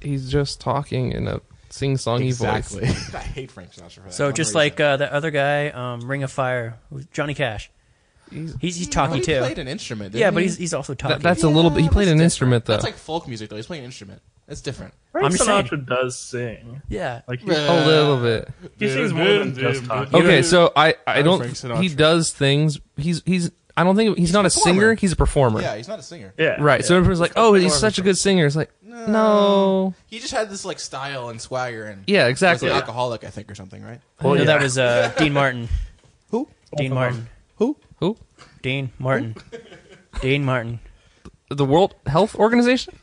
He's just talking in a sing-songy voice.
I hate Frank Sinatra for that.
So
one
just
reason.
like uh, that other guy, um, Ring of Fire, who's Johnny Cash. He's he's, talking
he
too.
played an instrument. didn't
yeah, but
he?
he's he's also talking.
That, that's a little bit. He
Yeah,
played
that's
an
different.
instrument though.
That's like folk music though. He's playing an instrument. That's different.
Frank
just
Sinatra
saying.
does sing.
yeah.
Like he,
Right.
a little bit.
he sings more than just talk.
Okay, so I I
I'm
don't.
Frank Sinatra.
He does things. He's he's. I don't think he's, not a
performer.
singer. He's a performer.
Yeah, he's not a singer.
yeah,
Right.
Yeah.
So everyone's like, "Oh, he's such a good singer." It's like, no.
He just had this like style and swagger and
Yeah,
was
exactly.
an alcoholic, I think, or something, right?
Well,
no,
yeah.
that was uh, Dean Martin.
Who?
Dean Martin.
Who?
Who?
Dean Martin. Dean Martin.
The World Health Organization?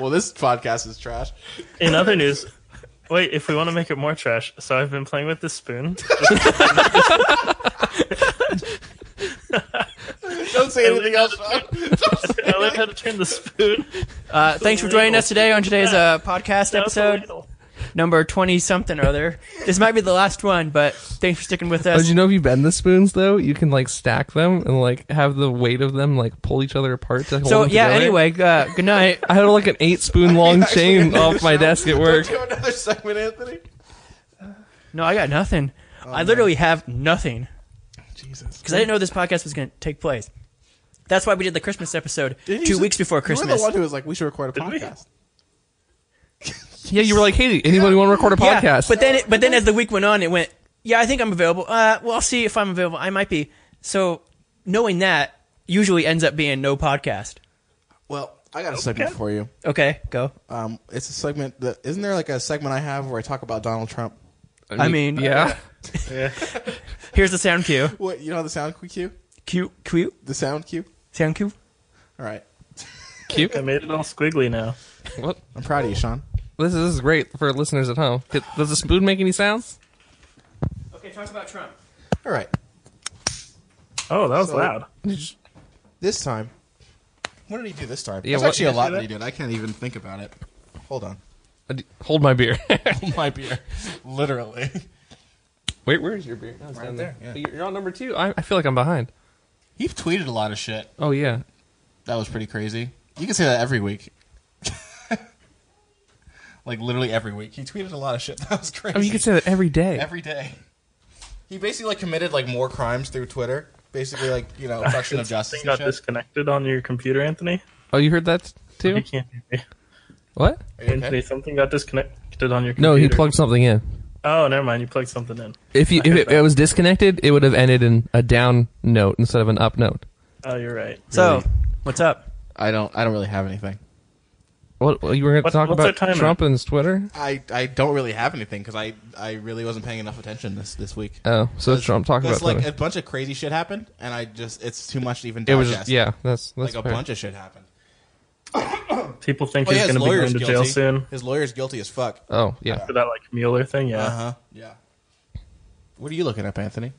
Well, this podcast is trash.
In other news, wait, if we want to make it more trash, so I've been playing with this spoon.
Don't say anything else.
I learned how to turn the spoon.
Uh, thanks for joining us today on today's uh, podcast
down the
episode
ladle.
number twenty something or other. This might be the last one, but thanks for sticking with
Oh,
us.
do you know if you bend the spoons though, you can like stack them and like have the weight of them like pull each other apart to hold
so
them
yeah.
together?
Anyway, uh, good night.
I had like an eight spoon long chain off my desk at work.
Do another segment, Anthony.
No, I got nothing. I literally have nothing.
Oh, Jesus.
because I didn't know this podcast was going to take place. That's why we did the Christmas episode
Didn't you
two
say-
weeks before
You were
Christmas.
the one who was like, "We should record a
we?
podcast."
Yeah, you were like, "Hey, anybody want to record a
yeah,
podcast?"
but then it, but then as the week went on, it went. Yeah, I think I'm available. Uh, well, I'll see if I'm available. I might be. So knowing that usually ends up being no podcast.
Well, I got a segment for you.
Okay, go.
Um, it's a segment that isn't there like a segment I have where I talk about Donald Trump.
I mean,
yeah.
here's the sound cue.
What you know the sound cue?
Cue, cue,
The sound cue.
sound cue.
All right,
Cute.
I made it all squiggly now.
What?
I'm proud of you, Sean.
This is, this is great for listeners at home. Could- Does the spoon make any sounds?
Okay, talk about Trump.
All right,
Oh, that was
So-
loud.
this time. What did he do this time?
Yeah,
There's
what-
actually a lot that he did. I can't even think about it. Hold on.
Uh, d- Hold my beer.
My beer, literally.
Wait, where's your beer? No, it's down
there, yeah.
You're- You're on number two. I, I feel like I'm behind.
He tweeted a lot of shit.
Oh yeah.
That was pretty crazy. You can say that every week. like literally every week, he tweeted a lot of shit. That was crazy.
I mean, you could say that every day.
every day. He basically like committed like more crimes through Twitter. Basically, like you know, obstruction of justice.
Thing
and
got
shit.
disconnected on your computer, Anthony.
oh, you heard that
You
too?
can't hear me.
What?
Are you okay?
Anthony, something got disconnected on your computer.
No, he plugged something in.
Oh, never mind. You plugged something in.
If, you, if it, it was disconnected, it would have ended in a down note instead of an up note.
Oh, you're right.
So, what's up?
I don't. I don't really have anything.
What what- you were going to
What-
talk
what's our
about
timer?
Trump and his Twitter?
I, I don't really have anything because I, I really wasn't paying enough attention this this week.
Oh, so that's Trump talking about
It's like
Twitter.
a bunch of crazy shit happened, and I just it's too much to even.
it was
digest.
just, yeah, that's that's
like a
fair.
bunch of shit happened.
People think
Oh yeah,
he's
his
going to be
lawyer's
going to
guilty.
jail soon
His lawyer's guilty as fuck.
Oh yeah,
Uh-huh.
for that like Mueller thing. Yeah.
Uh huh. Yeah. What are you looking up, Anthony?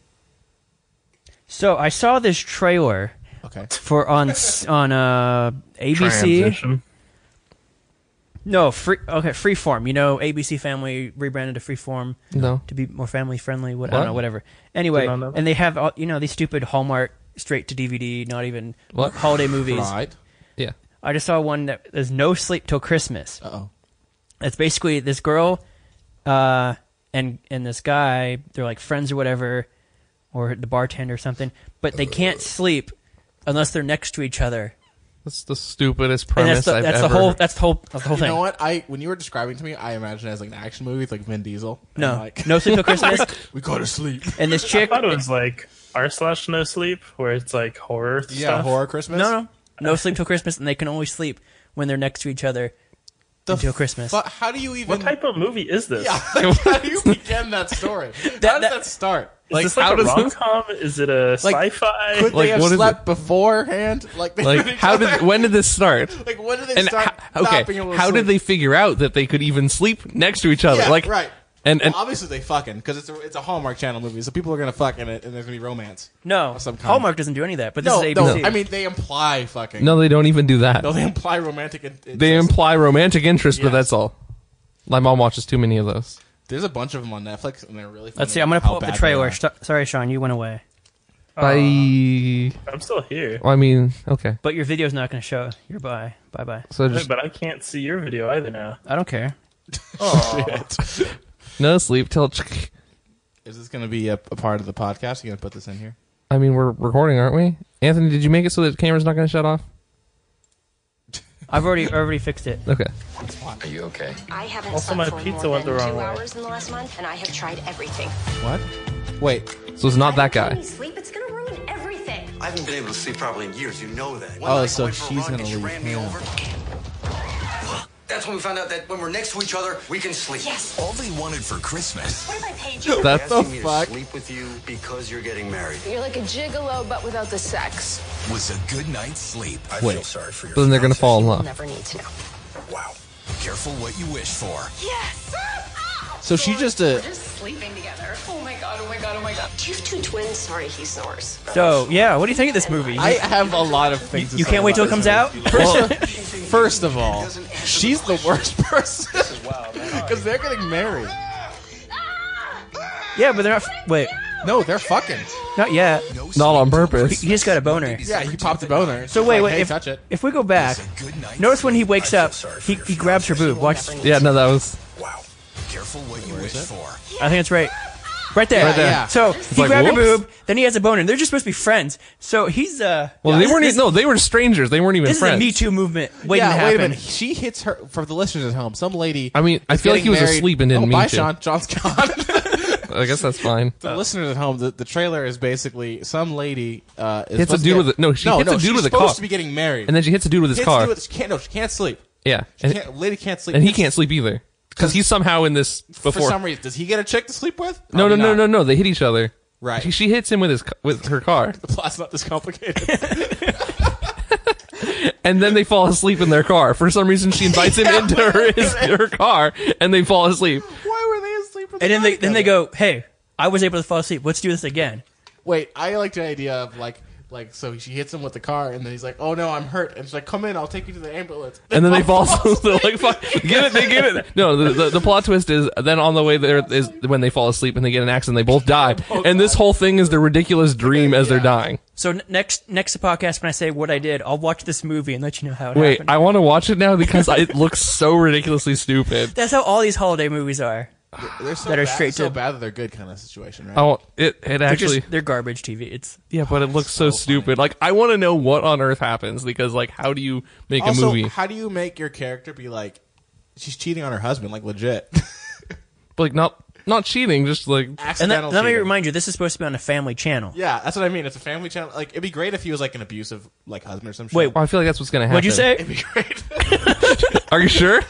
So I saw this trailer
Okay.
for on s- on uh, ABC.
Transition.
No, free okay, Freeform. You know, ABC Family rebranded to Freeform
No.
to be more family friendly. What, I don't
What?
know, whatever. Anyway,
Did not know that.
and they have all, you know these stupid Hallmark straight to DVD, not even
What?
holiday movies.
Right.
Yeah.
I just saw one that there's no sleep till Christmas.
Uh oh.
It's basically this girl uh, and and this guy. They're like friends or whatever, or the bartender or something. But they can't sleep unless they're next to each other.
That's the stupidest
And
premise
that's the,
I've
that's
ever.
the whole that's the whole that's the whole
You
thing.
know what? I when you were describing to me, I imagined it as like an action movie, with, like Vin Diesel. And
No,
like,
no sleep till Christmas.
we gotta sleep.
And this chick,
I thought it was like r slash no sleep, where it's like horror
Yeah,
stuff.
horror Christmas.
No, no, no sleep till Christmas, and they can only sleep when they're next to each other
The
until Christmas.
But how do you even?
What type of movie is this?
yeah, like, how do you begin that story? how does
that-
that start?
Is
Like,
this like
how
a
does
rom
this-
com? Is it a
Like,
sci-fi?
Could
Like,
they have
what is
slept beforehand? Like, they
Like, how did? When did this start?
Like, when did they
And
start?
ho-
not
okay,
being able to
how
sleep?
did they figure out that they could even sleep next to each other?
Yeah,
like,
right.
And and
well, obviously they fucking because it's a it's a Hallmark Channel movie, so people are gonna fuck in it, and there's gonna be romance.
no,
Of some kind.
Hallmark doesn't do any of that. But this
No,
is
no,
ABC.
I mean they imply fucking.
no, they don't even do that.
no, they imply romantic. In- in-
they imply romantic interest, but
Yes.
that's all. My mom watches too many of those.
There's a bunch of them on Netflix, and they're really. Funny
let's see. I'm gonna
how
pull up the
bad they
trailer.
are.
Sh- Sorry, Sean, you went away,
I.
I'm still here,
I mean, okay.
but your video's not gonna show. You're bye. Bye bye.
So just
but I can't see your video either now.
I don't care. Oh.
no sleep till.
Is this gonna be a, a part of the podcast? You gonna put this in here?
I mean, we're recording, aren't we? Anthony, did you make it so that the camera's not going to shut off?
I've already I've already fixed it.
Okay.
Are you okay?
I haven't
Also,
slept
my
for
pizza
more
went
than
the wrong
two
way.
hours in the last month, and I have tried everything.
What? Wait.
So it's not that
If
guy.
you sleep, it's gonna ruin everything.
I haven't been able to sleep properly in years. You know that.
Oh,
night I
so
went for a
she's
run
gonna
and she
leave
ran me
him.
over. That's when we found out that when we're next to each other, we can sleep.
Yes.
All they wanted for Christmas
What if I paid you?
That's
Asking
the
me
fuck?
to sleep with you because you're getting married.
You're like a gigolo, but without the sex.
was a good night's sleep. I
Wait.
feel sorry for your
So then they're going to
fiance.
fall in
I'll
love.
never need to know.
Wow. Careful what you wish for.
Yes.
So she just uh, a.
Just sleeping together. Oh my god, oh my god, oh my god.
Do you have two twins? Sorry, he snores.
So yeah, what do you think of this movie?
I have a lot of things. to
you
say
can't wait
about
till it
this
comes
movie.
out.
First of all, she's the worst person because they're getting married.
yeah, but they're not. Wait,
No, they're fucking.
not yet.
No
Not on
sleep till
purpose.
He just got a boner.
Yeah, he popped a boner.
So wait,
Like,
wait.
hey,
if,
touch it.
if we go back,
It's a good night's
notice when he
sleep.
wakes
I feel
up,
sorry for
he,
your
he grabs her
fiance.
boob. Watch.
Yeah, no, that was.
Wow. Careful what you wish for.
I think it's right. Right there.
Right there. Yeah.
So he
like,
grabbed her
whoops.
boob, then he has a boner. They're just supposed to be friends. So he's uh
Well,
yeah,
they weren't.
this,
Even, no, they were strangers. They weren't even
This is a
friends.
Me Too movement waiting
yeah,
to
wait
happen.
a minute. She hits her for the listeners at home. Some lady.
I mean, I
is
feel like
getting
he was
married.
asleep and didn't
oh,
mean
bye,
to.
Sean. John's gone.
I guess that's fine.
the listeners at home, the, the trailer is basically some lady. Uh, is
Hits a
supposed to
dude
get-
with a- no, she
no,
hits a
no,
dude
she's
with a
supposed
car.
to be getting married,
And then she hits a dude with his
hits
car.
Dude with, she can't. No, she can't sleep.
yeah,
She
and,
can't, lady can't sleep,
and he can't sleep either because he's somehow in this
For
before.
some reason, does he get a chick to sleep with?
no, no,
Probably
no,
not.
no, no. They hit each other.
Right.
She, she hits him with his ca- with her car,
The plot's not this complicated.
and then they fall asleep in their car. For some reason, she invites him into her, his, her car, and they fall asleep.
Why were they asleep? with
And then
the
they then they go, hey, I was able to fall asleep. Let's do this again.
Wait, I like the idea of like like so she hits him with the car and then he's like, "Oh no, I'm hurt." And she's like, "Come in, I'll take you to the ambulance."
and then they fall asleep. They're like, fuck, get it, they get it. No, the, the, the plot twist is then on the way there is when they fall asleep and they get an accident, they both die. And this whole thing is their ridiculous dream as they're dying.
So n- next next podcast when I say what I did, I'll watch this movie and let you know how it
Wait,
happened.
I want to watch it now because I- it looks so ridiculously stupid.
That's how all these holiday movies are.
they're so
That are
bad,
straight
so
to-
bad that they're good kind of situation, right?
Oh, it it
They're
actually.
just they're garbage TV. It's
Yeah, but it looks so, stupid. Like I want to know what on earth happens because like how do you make a
also,
movie?
how do you make your character be like she's cheating on her husband, like legit?
Like not not cheating, just like
and
Accidental
that, let me
cheating.
remind you, this is supposed to be on a family channel.
Yeah, that's what I mean. It's a family channel. Like it'd be great if he was like an abusive like husband or some shit.
Wait,
well, I feel like that's what's gonna happen.
What'd you say?
it'd be great.
Are you sure?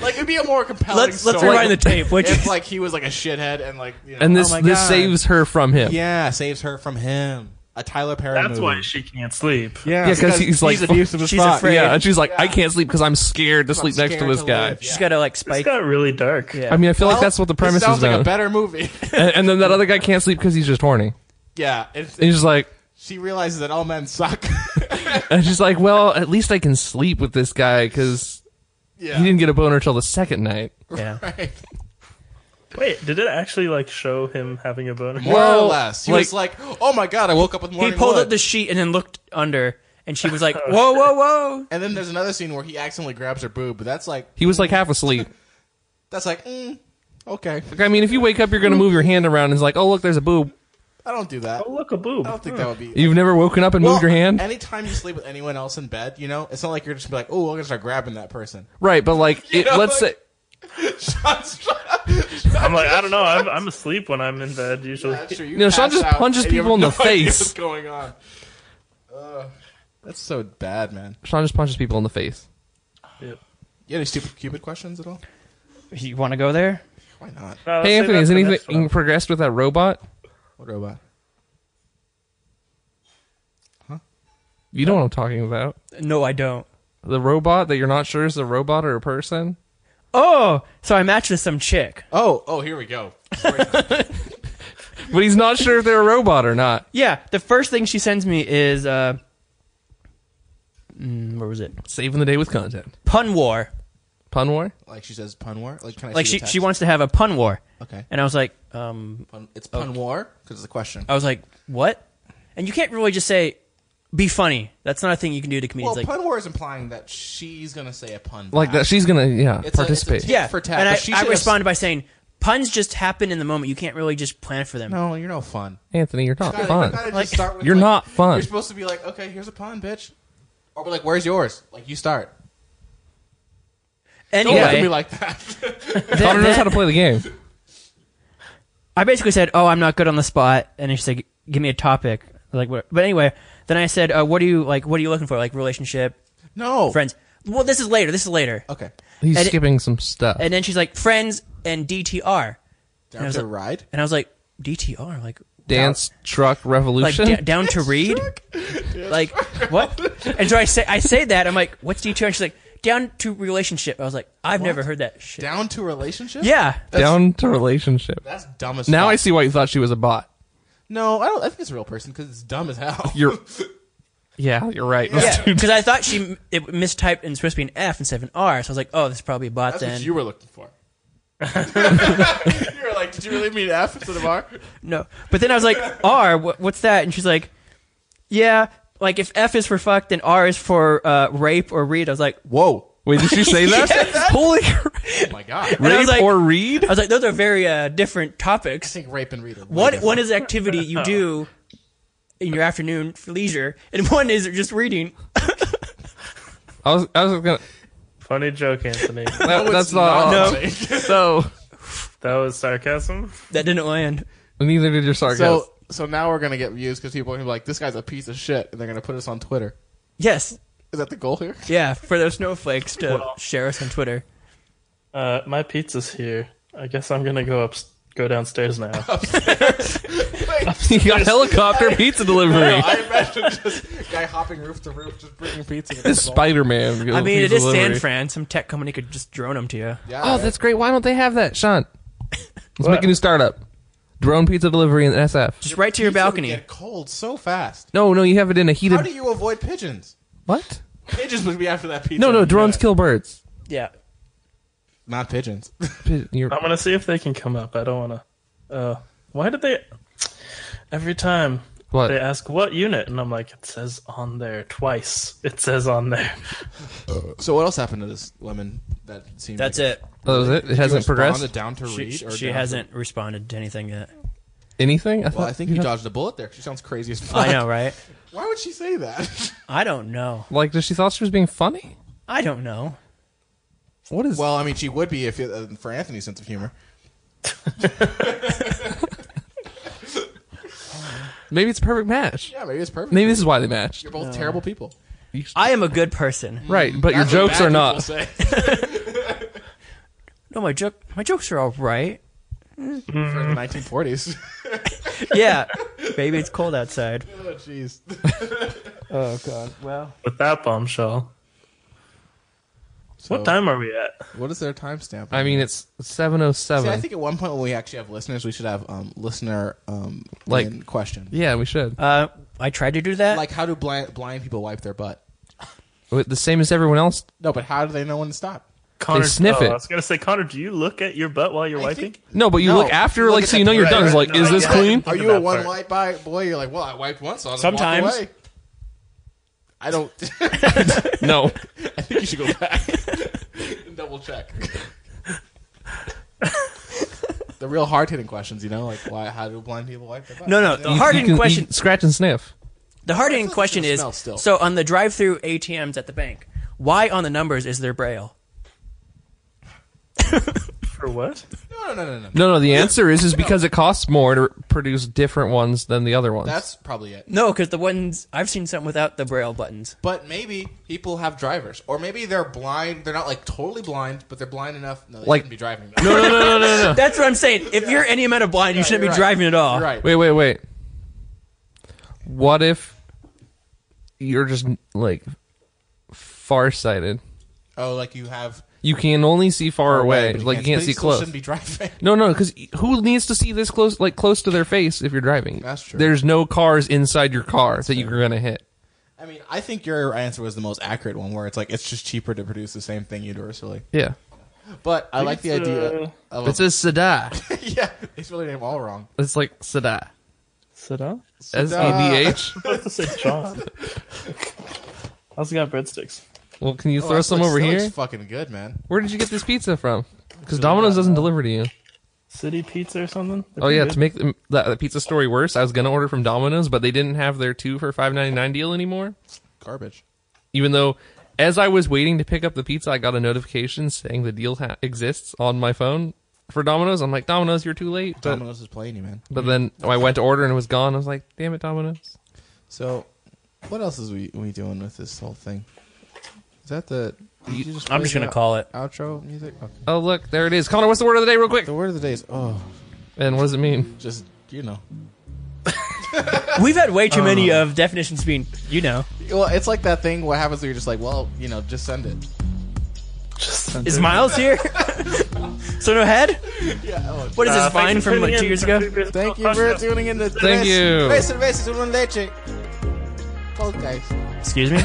like it'd be a more compelling
Let's let's
story
rewind the tape. What'd you
if like he was like a shithead and like you know,
And this
oh my
this
God.
saves her from him.
yeah saves her from him. A Tyler Perry.
That's
movie.
why she can't sleep.
Yeah,
Yeah, 'cause he's, like,
abusive as
she's
fuck.
afraid.
Yeah, and she's like, I can't sleep because I'm scared to sleep next to
scared
this
to
guy.
live.
She's got to like
It's
spike.
got really dark.
Yeah.
I mean, I feel like
Well,
that's what the
this
premise is
sounds like
about.
a better movie.
and, and then that other guy can't sleep because he's just horny.
Yeah, it's,
And he's like,
she realizes that all men suck.
and she's like, well, at least I can sleep with this guy because
Yeah.
he didn't get a boner till the second night.
Yeah.
right.
Wait, did it actually like show him having a boner?
More
Well,
or less. He was like, "Oh my god, I woke up with
He
morning
pulled
wood."
up the sheet and then looked under, and she was like, "Whoa, whoa, whoa!"
and then there's another scene where he accidentally grabs her boob, but that's like
He was like half asleep.
that's like mm, okay.
Like, I mean, if you wake up, you're going to move your hand around and it's like, oh, look, there's a boob.
I don't do that.
Oh, look a boob.
I don't think that would be.
You've never woken up and
Well,
moved your hand?
Anytime you sleep with anyone else in bed, you know, it's not like you're just gonna be like, "Oh, I'm gonna start grabbing that person."
right, but like, it,
know,
let's
like-
say.
I'm like, I don't know. I'm, I'm asleep when I'm in bed usually.
That's true.
You know, Sean
pass
just
out
punches
and you
people
have
in the
no idea
face.
What's going on? Uh, Ugh. that's so bad, man.
Sean just punches people in the face.
Yep.
You got any stupid Cupid questions at all?
You want to go there?
Why not?
No, let's
Hey,
save
Anthony,
that
has
for the
anything
next one.
progressed with that robot?
What robot?
You know what I'm talking about.
No, I don't.
The robot that you're not sure is a robot or a person?
Oh, so I matched with some chick.
Oh, oh, here we go.
But he's not sure if they're a robot or not.
Yeah, the first thing she sends me is uh, mm, where was it?
Saving the day with content.
Pun war.
Pun war?
Like she says, pun war. Like can I
Like
see
she
the
she
text?
wants to have a pun war,
Okay,
and I was like, um,
pun, it's pun war because it's a
Oh,
question.
I was like, what? And you can't really just say, be funny. That's not a thing you can do to comedians.
well,
like,
pun war is implying that she's gonna say a pun.
Like
back.
that, she's gonna yeah
It's a- it's a
participate.
team.
yeah,
for tap,
and
but
I,
she
I
should've-
responded by saying, puns just happen in the moment. You can't really just plan for them.
No, you're no fun.
Anthony, you're not
Gotta-
fun.
gotta just
Like,
start with,
you're
like-
not fun.
You're supposed to be like, okay, here's a pun, bitch, or be like, where's yours? Like you start. Don't
Anyway,
look at me like that.
then-
Connor knows
then-
how to play the game.
I basically said, "Oh, I'm not good on the spot," and she said, "Give me a topic." Like, what? But anyway, then I said, uh, "What are you like? What are you looking for? Like relationship,
no,
friends?" Well, this is later. This is later.
Oh. Okay,
He's
And it-
skipping some stuff.
And then she's like, "Friends and DTR,"
down
was
to
like-
ride.
and I was like, "DTR? Like
Dance truck
down, like
revolution.
da- down to read? Like what?" And so I say, I say that I'm like, "What's DTR?" And she's like, "Down to relationship." I was like, "I've never heard that shit."
Down to relationship.
yeah,
Down to relationship.
that's dumb as.
Now
fuck.
I see why you thought she was a bot.
No, I don't. I think it's a real person because it's dumb as hell.
You're yeah, you're right.
yeah, because I thought she m- it mistyped and it's supposed to be an F instead of an R, so I was like, "Oh, this is probably a bot."
That's
then
what you were looking for. you were like, did you really mean F instead of R?
no. But then I was like, R, wh- what's that? And she's like, yeah, like if F is for fuck, then R is for uh, rape or read. I was like,
Whoa!
Wait, did she say that? Holy crap.
Oh my god!
I
rape
was like-
or read?
I was like, those are very uh, different topics.
Think rape and read. are way
One,
different.
one is activity you do in your afternoon for leisure, and one is just reading.
I was I was gonna.
Funny joke, Anthony.
That, that's
It's not
not.
the same.
So
that was sarcasm.
That didn't land.
neither did your sarcasm.
So so now we're gonna get views because people are gonna be like, this guy's a piece of shit, and they're gonna put us on Twitter.
Yes.
Is that the goal here?
Yeah, for those snowflakes to share us on Twitter.
Uh, my pizza's here. I guess I'm gonna go up, go downstairs now.
you got helicopter pizza delivery.
I imagine just guy hopping roof to roof, just bringing pizza.
It's Spider Man.
I mean, it is San Fran. Some tech company could just drone them to you.
Yeah,
Oh,
right?
that's great. Why don't they have that, Sean? Let's make a new startup. Drone pizza delivery in SF.
Just right to your
Pizza would
balcony.
Get cold so fast.
No, no, you have it in a
How do
heated.
you avoid pigeons?
What?
Pigeons would be after that pizza.
No, no,
Yeah.
drones kill birds.
Yeah.
not pigeons.
Pi- you're-
I'm gonna see if they can come up. I don't wanna. Uh, why did they? Every time
What?
they ask what unit, and I'm like, it says on there twice. It says on there.
so what else happened to this woman? That seemed
That's
like
it.
That was Oh, it. It
Did you
hasn't
respond to
progressed.
Down to
She,
read. or
she
down to-
hasn't responded to anything yet.
Anything? I
Well,
thought-
I think you dodged a bullet there. She sounds crazy as fuck.
I know, right?
Why would she say that?
I don't know.
Like, does she thought she was being funny?
I don't know.
What is?
well, I mean, she would be if it, uh, for Anthony's sense of humor.
maybe it's a perfect match.
Yeah, maybe it's perfect.
Maybe this is why they matched.
You're both terrible people.
I am a good person.
Right, but your
That's what
jokes
bad
are
people
not.
say.
No, my joke, my jokes are all right.
For the 1940s.
Yeah, baby, it's cold outside.
oh, jeez.
Oh God. Well,
With that bombshell,
So-
what time are we at?
What is their timestamp?
I mean, it's seven oh
See, I
seven.
think at one point when we actually have listeners, we should have um, listener um,
Like-
in question.
Yeah, we should.
Uh, I tried to do that.
Like, how do blind, blind people wipe their butt?
With the same as everyone else.
No, but how do they know when to stop?
Connor,
sniff
oh,
it.
I was gonna say, Connor, do you look at your butt while you're wiping?
No, but you
No,
look after,
look
like,
at
so
that
you know you're
right,
done. It's
right,
like,
no,
is
I
this
get it.
clean?
Are
Look at
you a
that
one
part.
wipe by boy? You're like, well, I wiped once. So I'll just
Sometimes.
walk away. I don't.
No.
I think you should go back and double check. the real hard hitting questions, you know, like why, how do blind people wipe their butt?
No, no, the
You-
hard
you can-
hitting
you
question.
Scratch and sniff.
The hard hitting
That's
question
gonna
is:
smell still.
so on the drive-through ATMs at the bank, why on the numbers is there braille?
For what?
no, no, no, no, no.
No, no. The answer is is because it costs more to produce different ones than the other ones.
That's probably it.
No, because the ones I've seen something without the braille buttons.
But maybe people have drivers, or maybe they're blind. They're not like totally blind, but they're blind enough. No, they
Like-
shouldn't be driving.
no, no, no, no, no, no.
That's what I'm saying. If you're any amount of blind, you shouldn't be
You're right.
driving at all.
You're right.
Wait, wait, wait. What if you're just like farsighted?
Oh, like you have
You can only see far away.
but
Like you can't
but
see
still
close.
Shouldn't be driving.
No, no, because who needs to see this close, like close to their face if you're driving?
That's true.
There's no cars inside your car that you're gonna hit.
I mean, I think your answer was the most accurate one, where it's like it's just cheaper to produce the same thing universally.
Yeah,
But I like the
it's,
idea.
uh,
I love-
it says Sada.
yeah, they spelled your name all wrong.
It's like Sada.
Sit down.
S E D H.
I was supposed to say John. I also got breadsticks.
Well, can you
Oh,
throw
that
some
looks-
over
that
here?
looks fucking good, man.
Where did you get this pizza from? Because Domino's doesn't deliver to you.
City pizza or something? They're
Oh
pretty
yeah,
good.
to make the, the, the pizza story worse, I was gonna order from Domino's, but they didn't have their two for five ninety nine deal anymore.
Garbage.
Even though, as I was waiting to pick up the pizza, I got a notification saying the deal ha- exists on my phone for Domino's. I'm like, Domino's, you're too late. But,
Domino's is playing you, man.
but then I went to order and it was gone. I was like, damn it, Domino's.
So, what else is we we doing with this whole thing? Is that the? did you
I'm
play
just gonna
the
call it.
outro music. Okay.
Oh look, there it is. Connor, what's the word of the day, real quick?
The word of the day is oh,
And what does it mean?
just you know.
We've had way too many
Oh.
of definitions being, you know.
Well, it's like that thing. What happens when you're just like, well, you know, just send it.
Is Miles here? so no head. What is
Uh, thanks
this Vine
for
from like
tuning in
two years
to
ago?
Food Business
Thank you for
Podcast.
tuning in to
Thank you.
Beso, beso, un leche. Podcast.
Excuse me.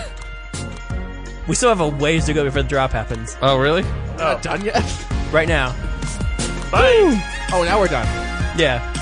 we still have a ways to go before the drop happens.
Oh really?
Not done yet?
Right now.
Bye.
Oh, now we're done.
Yeah.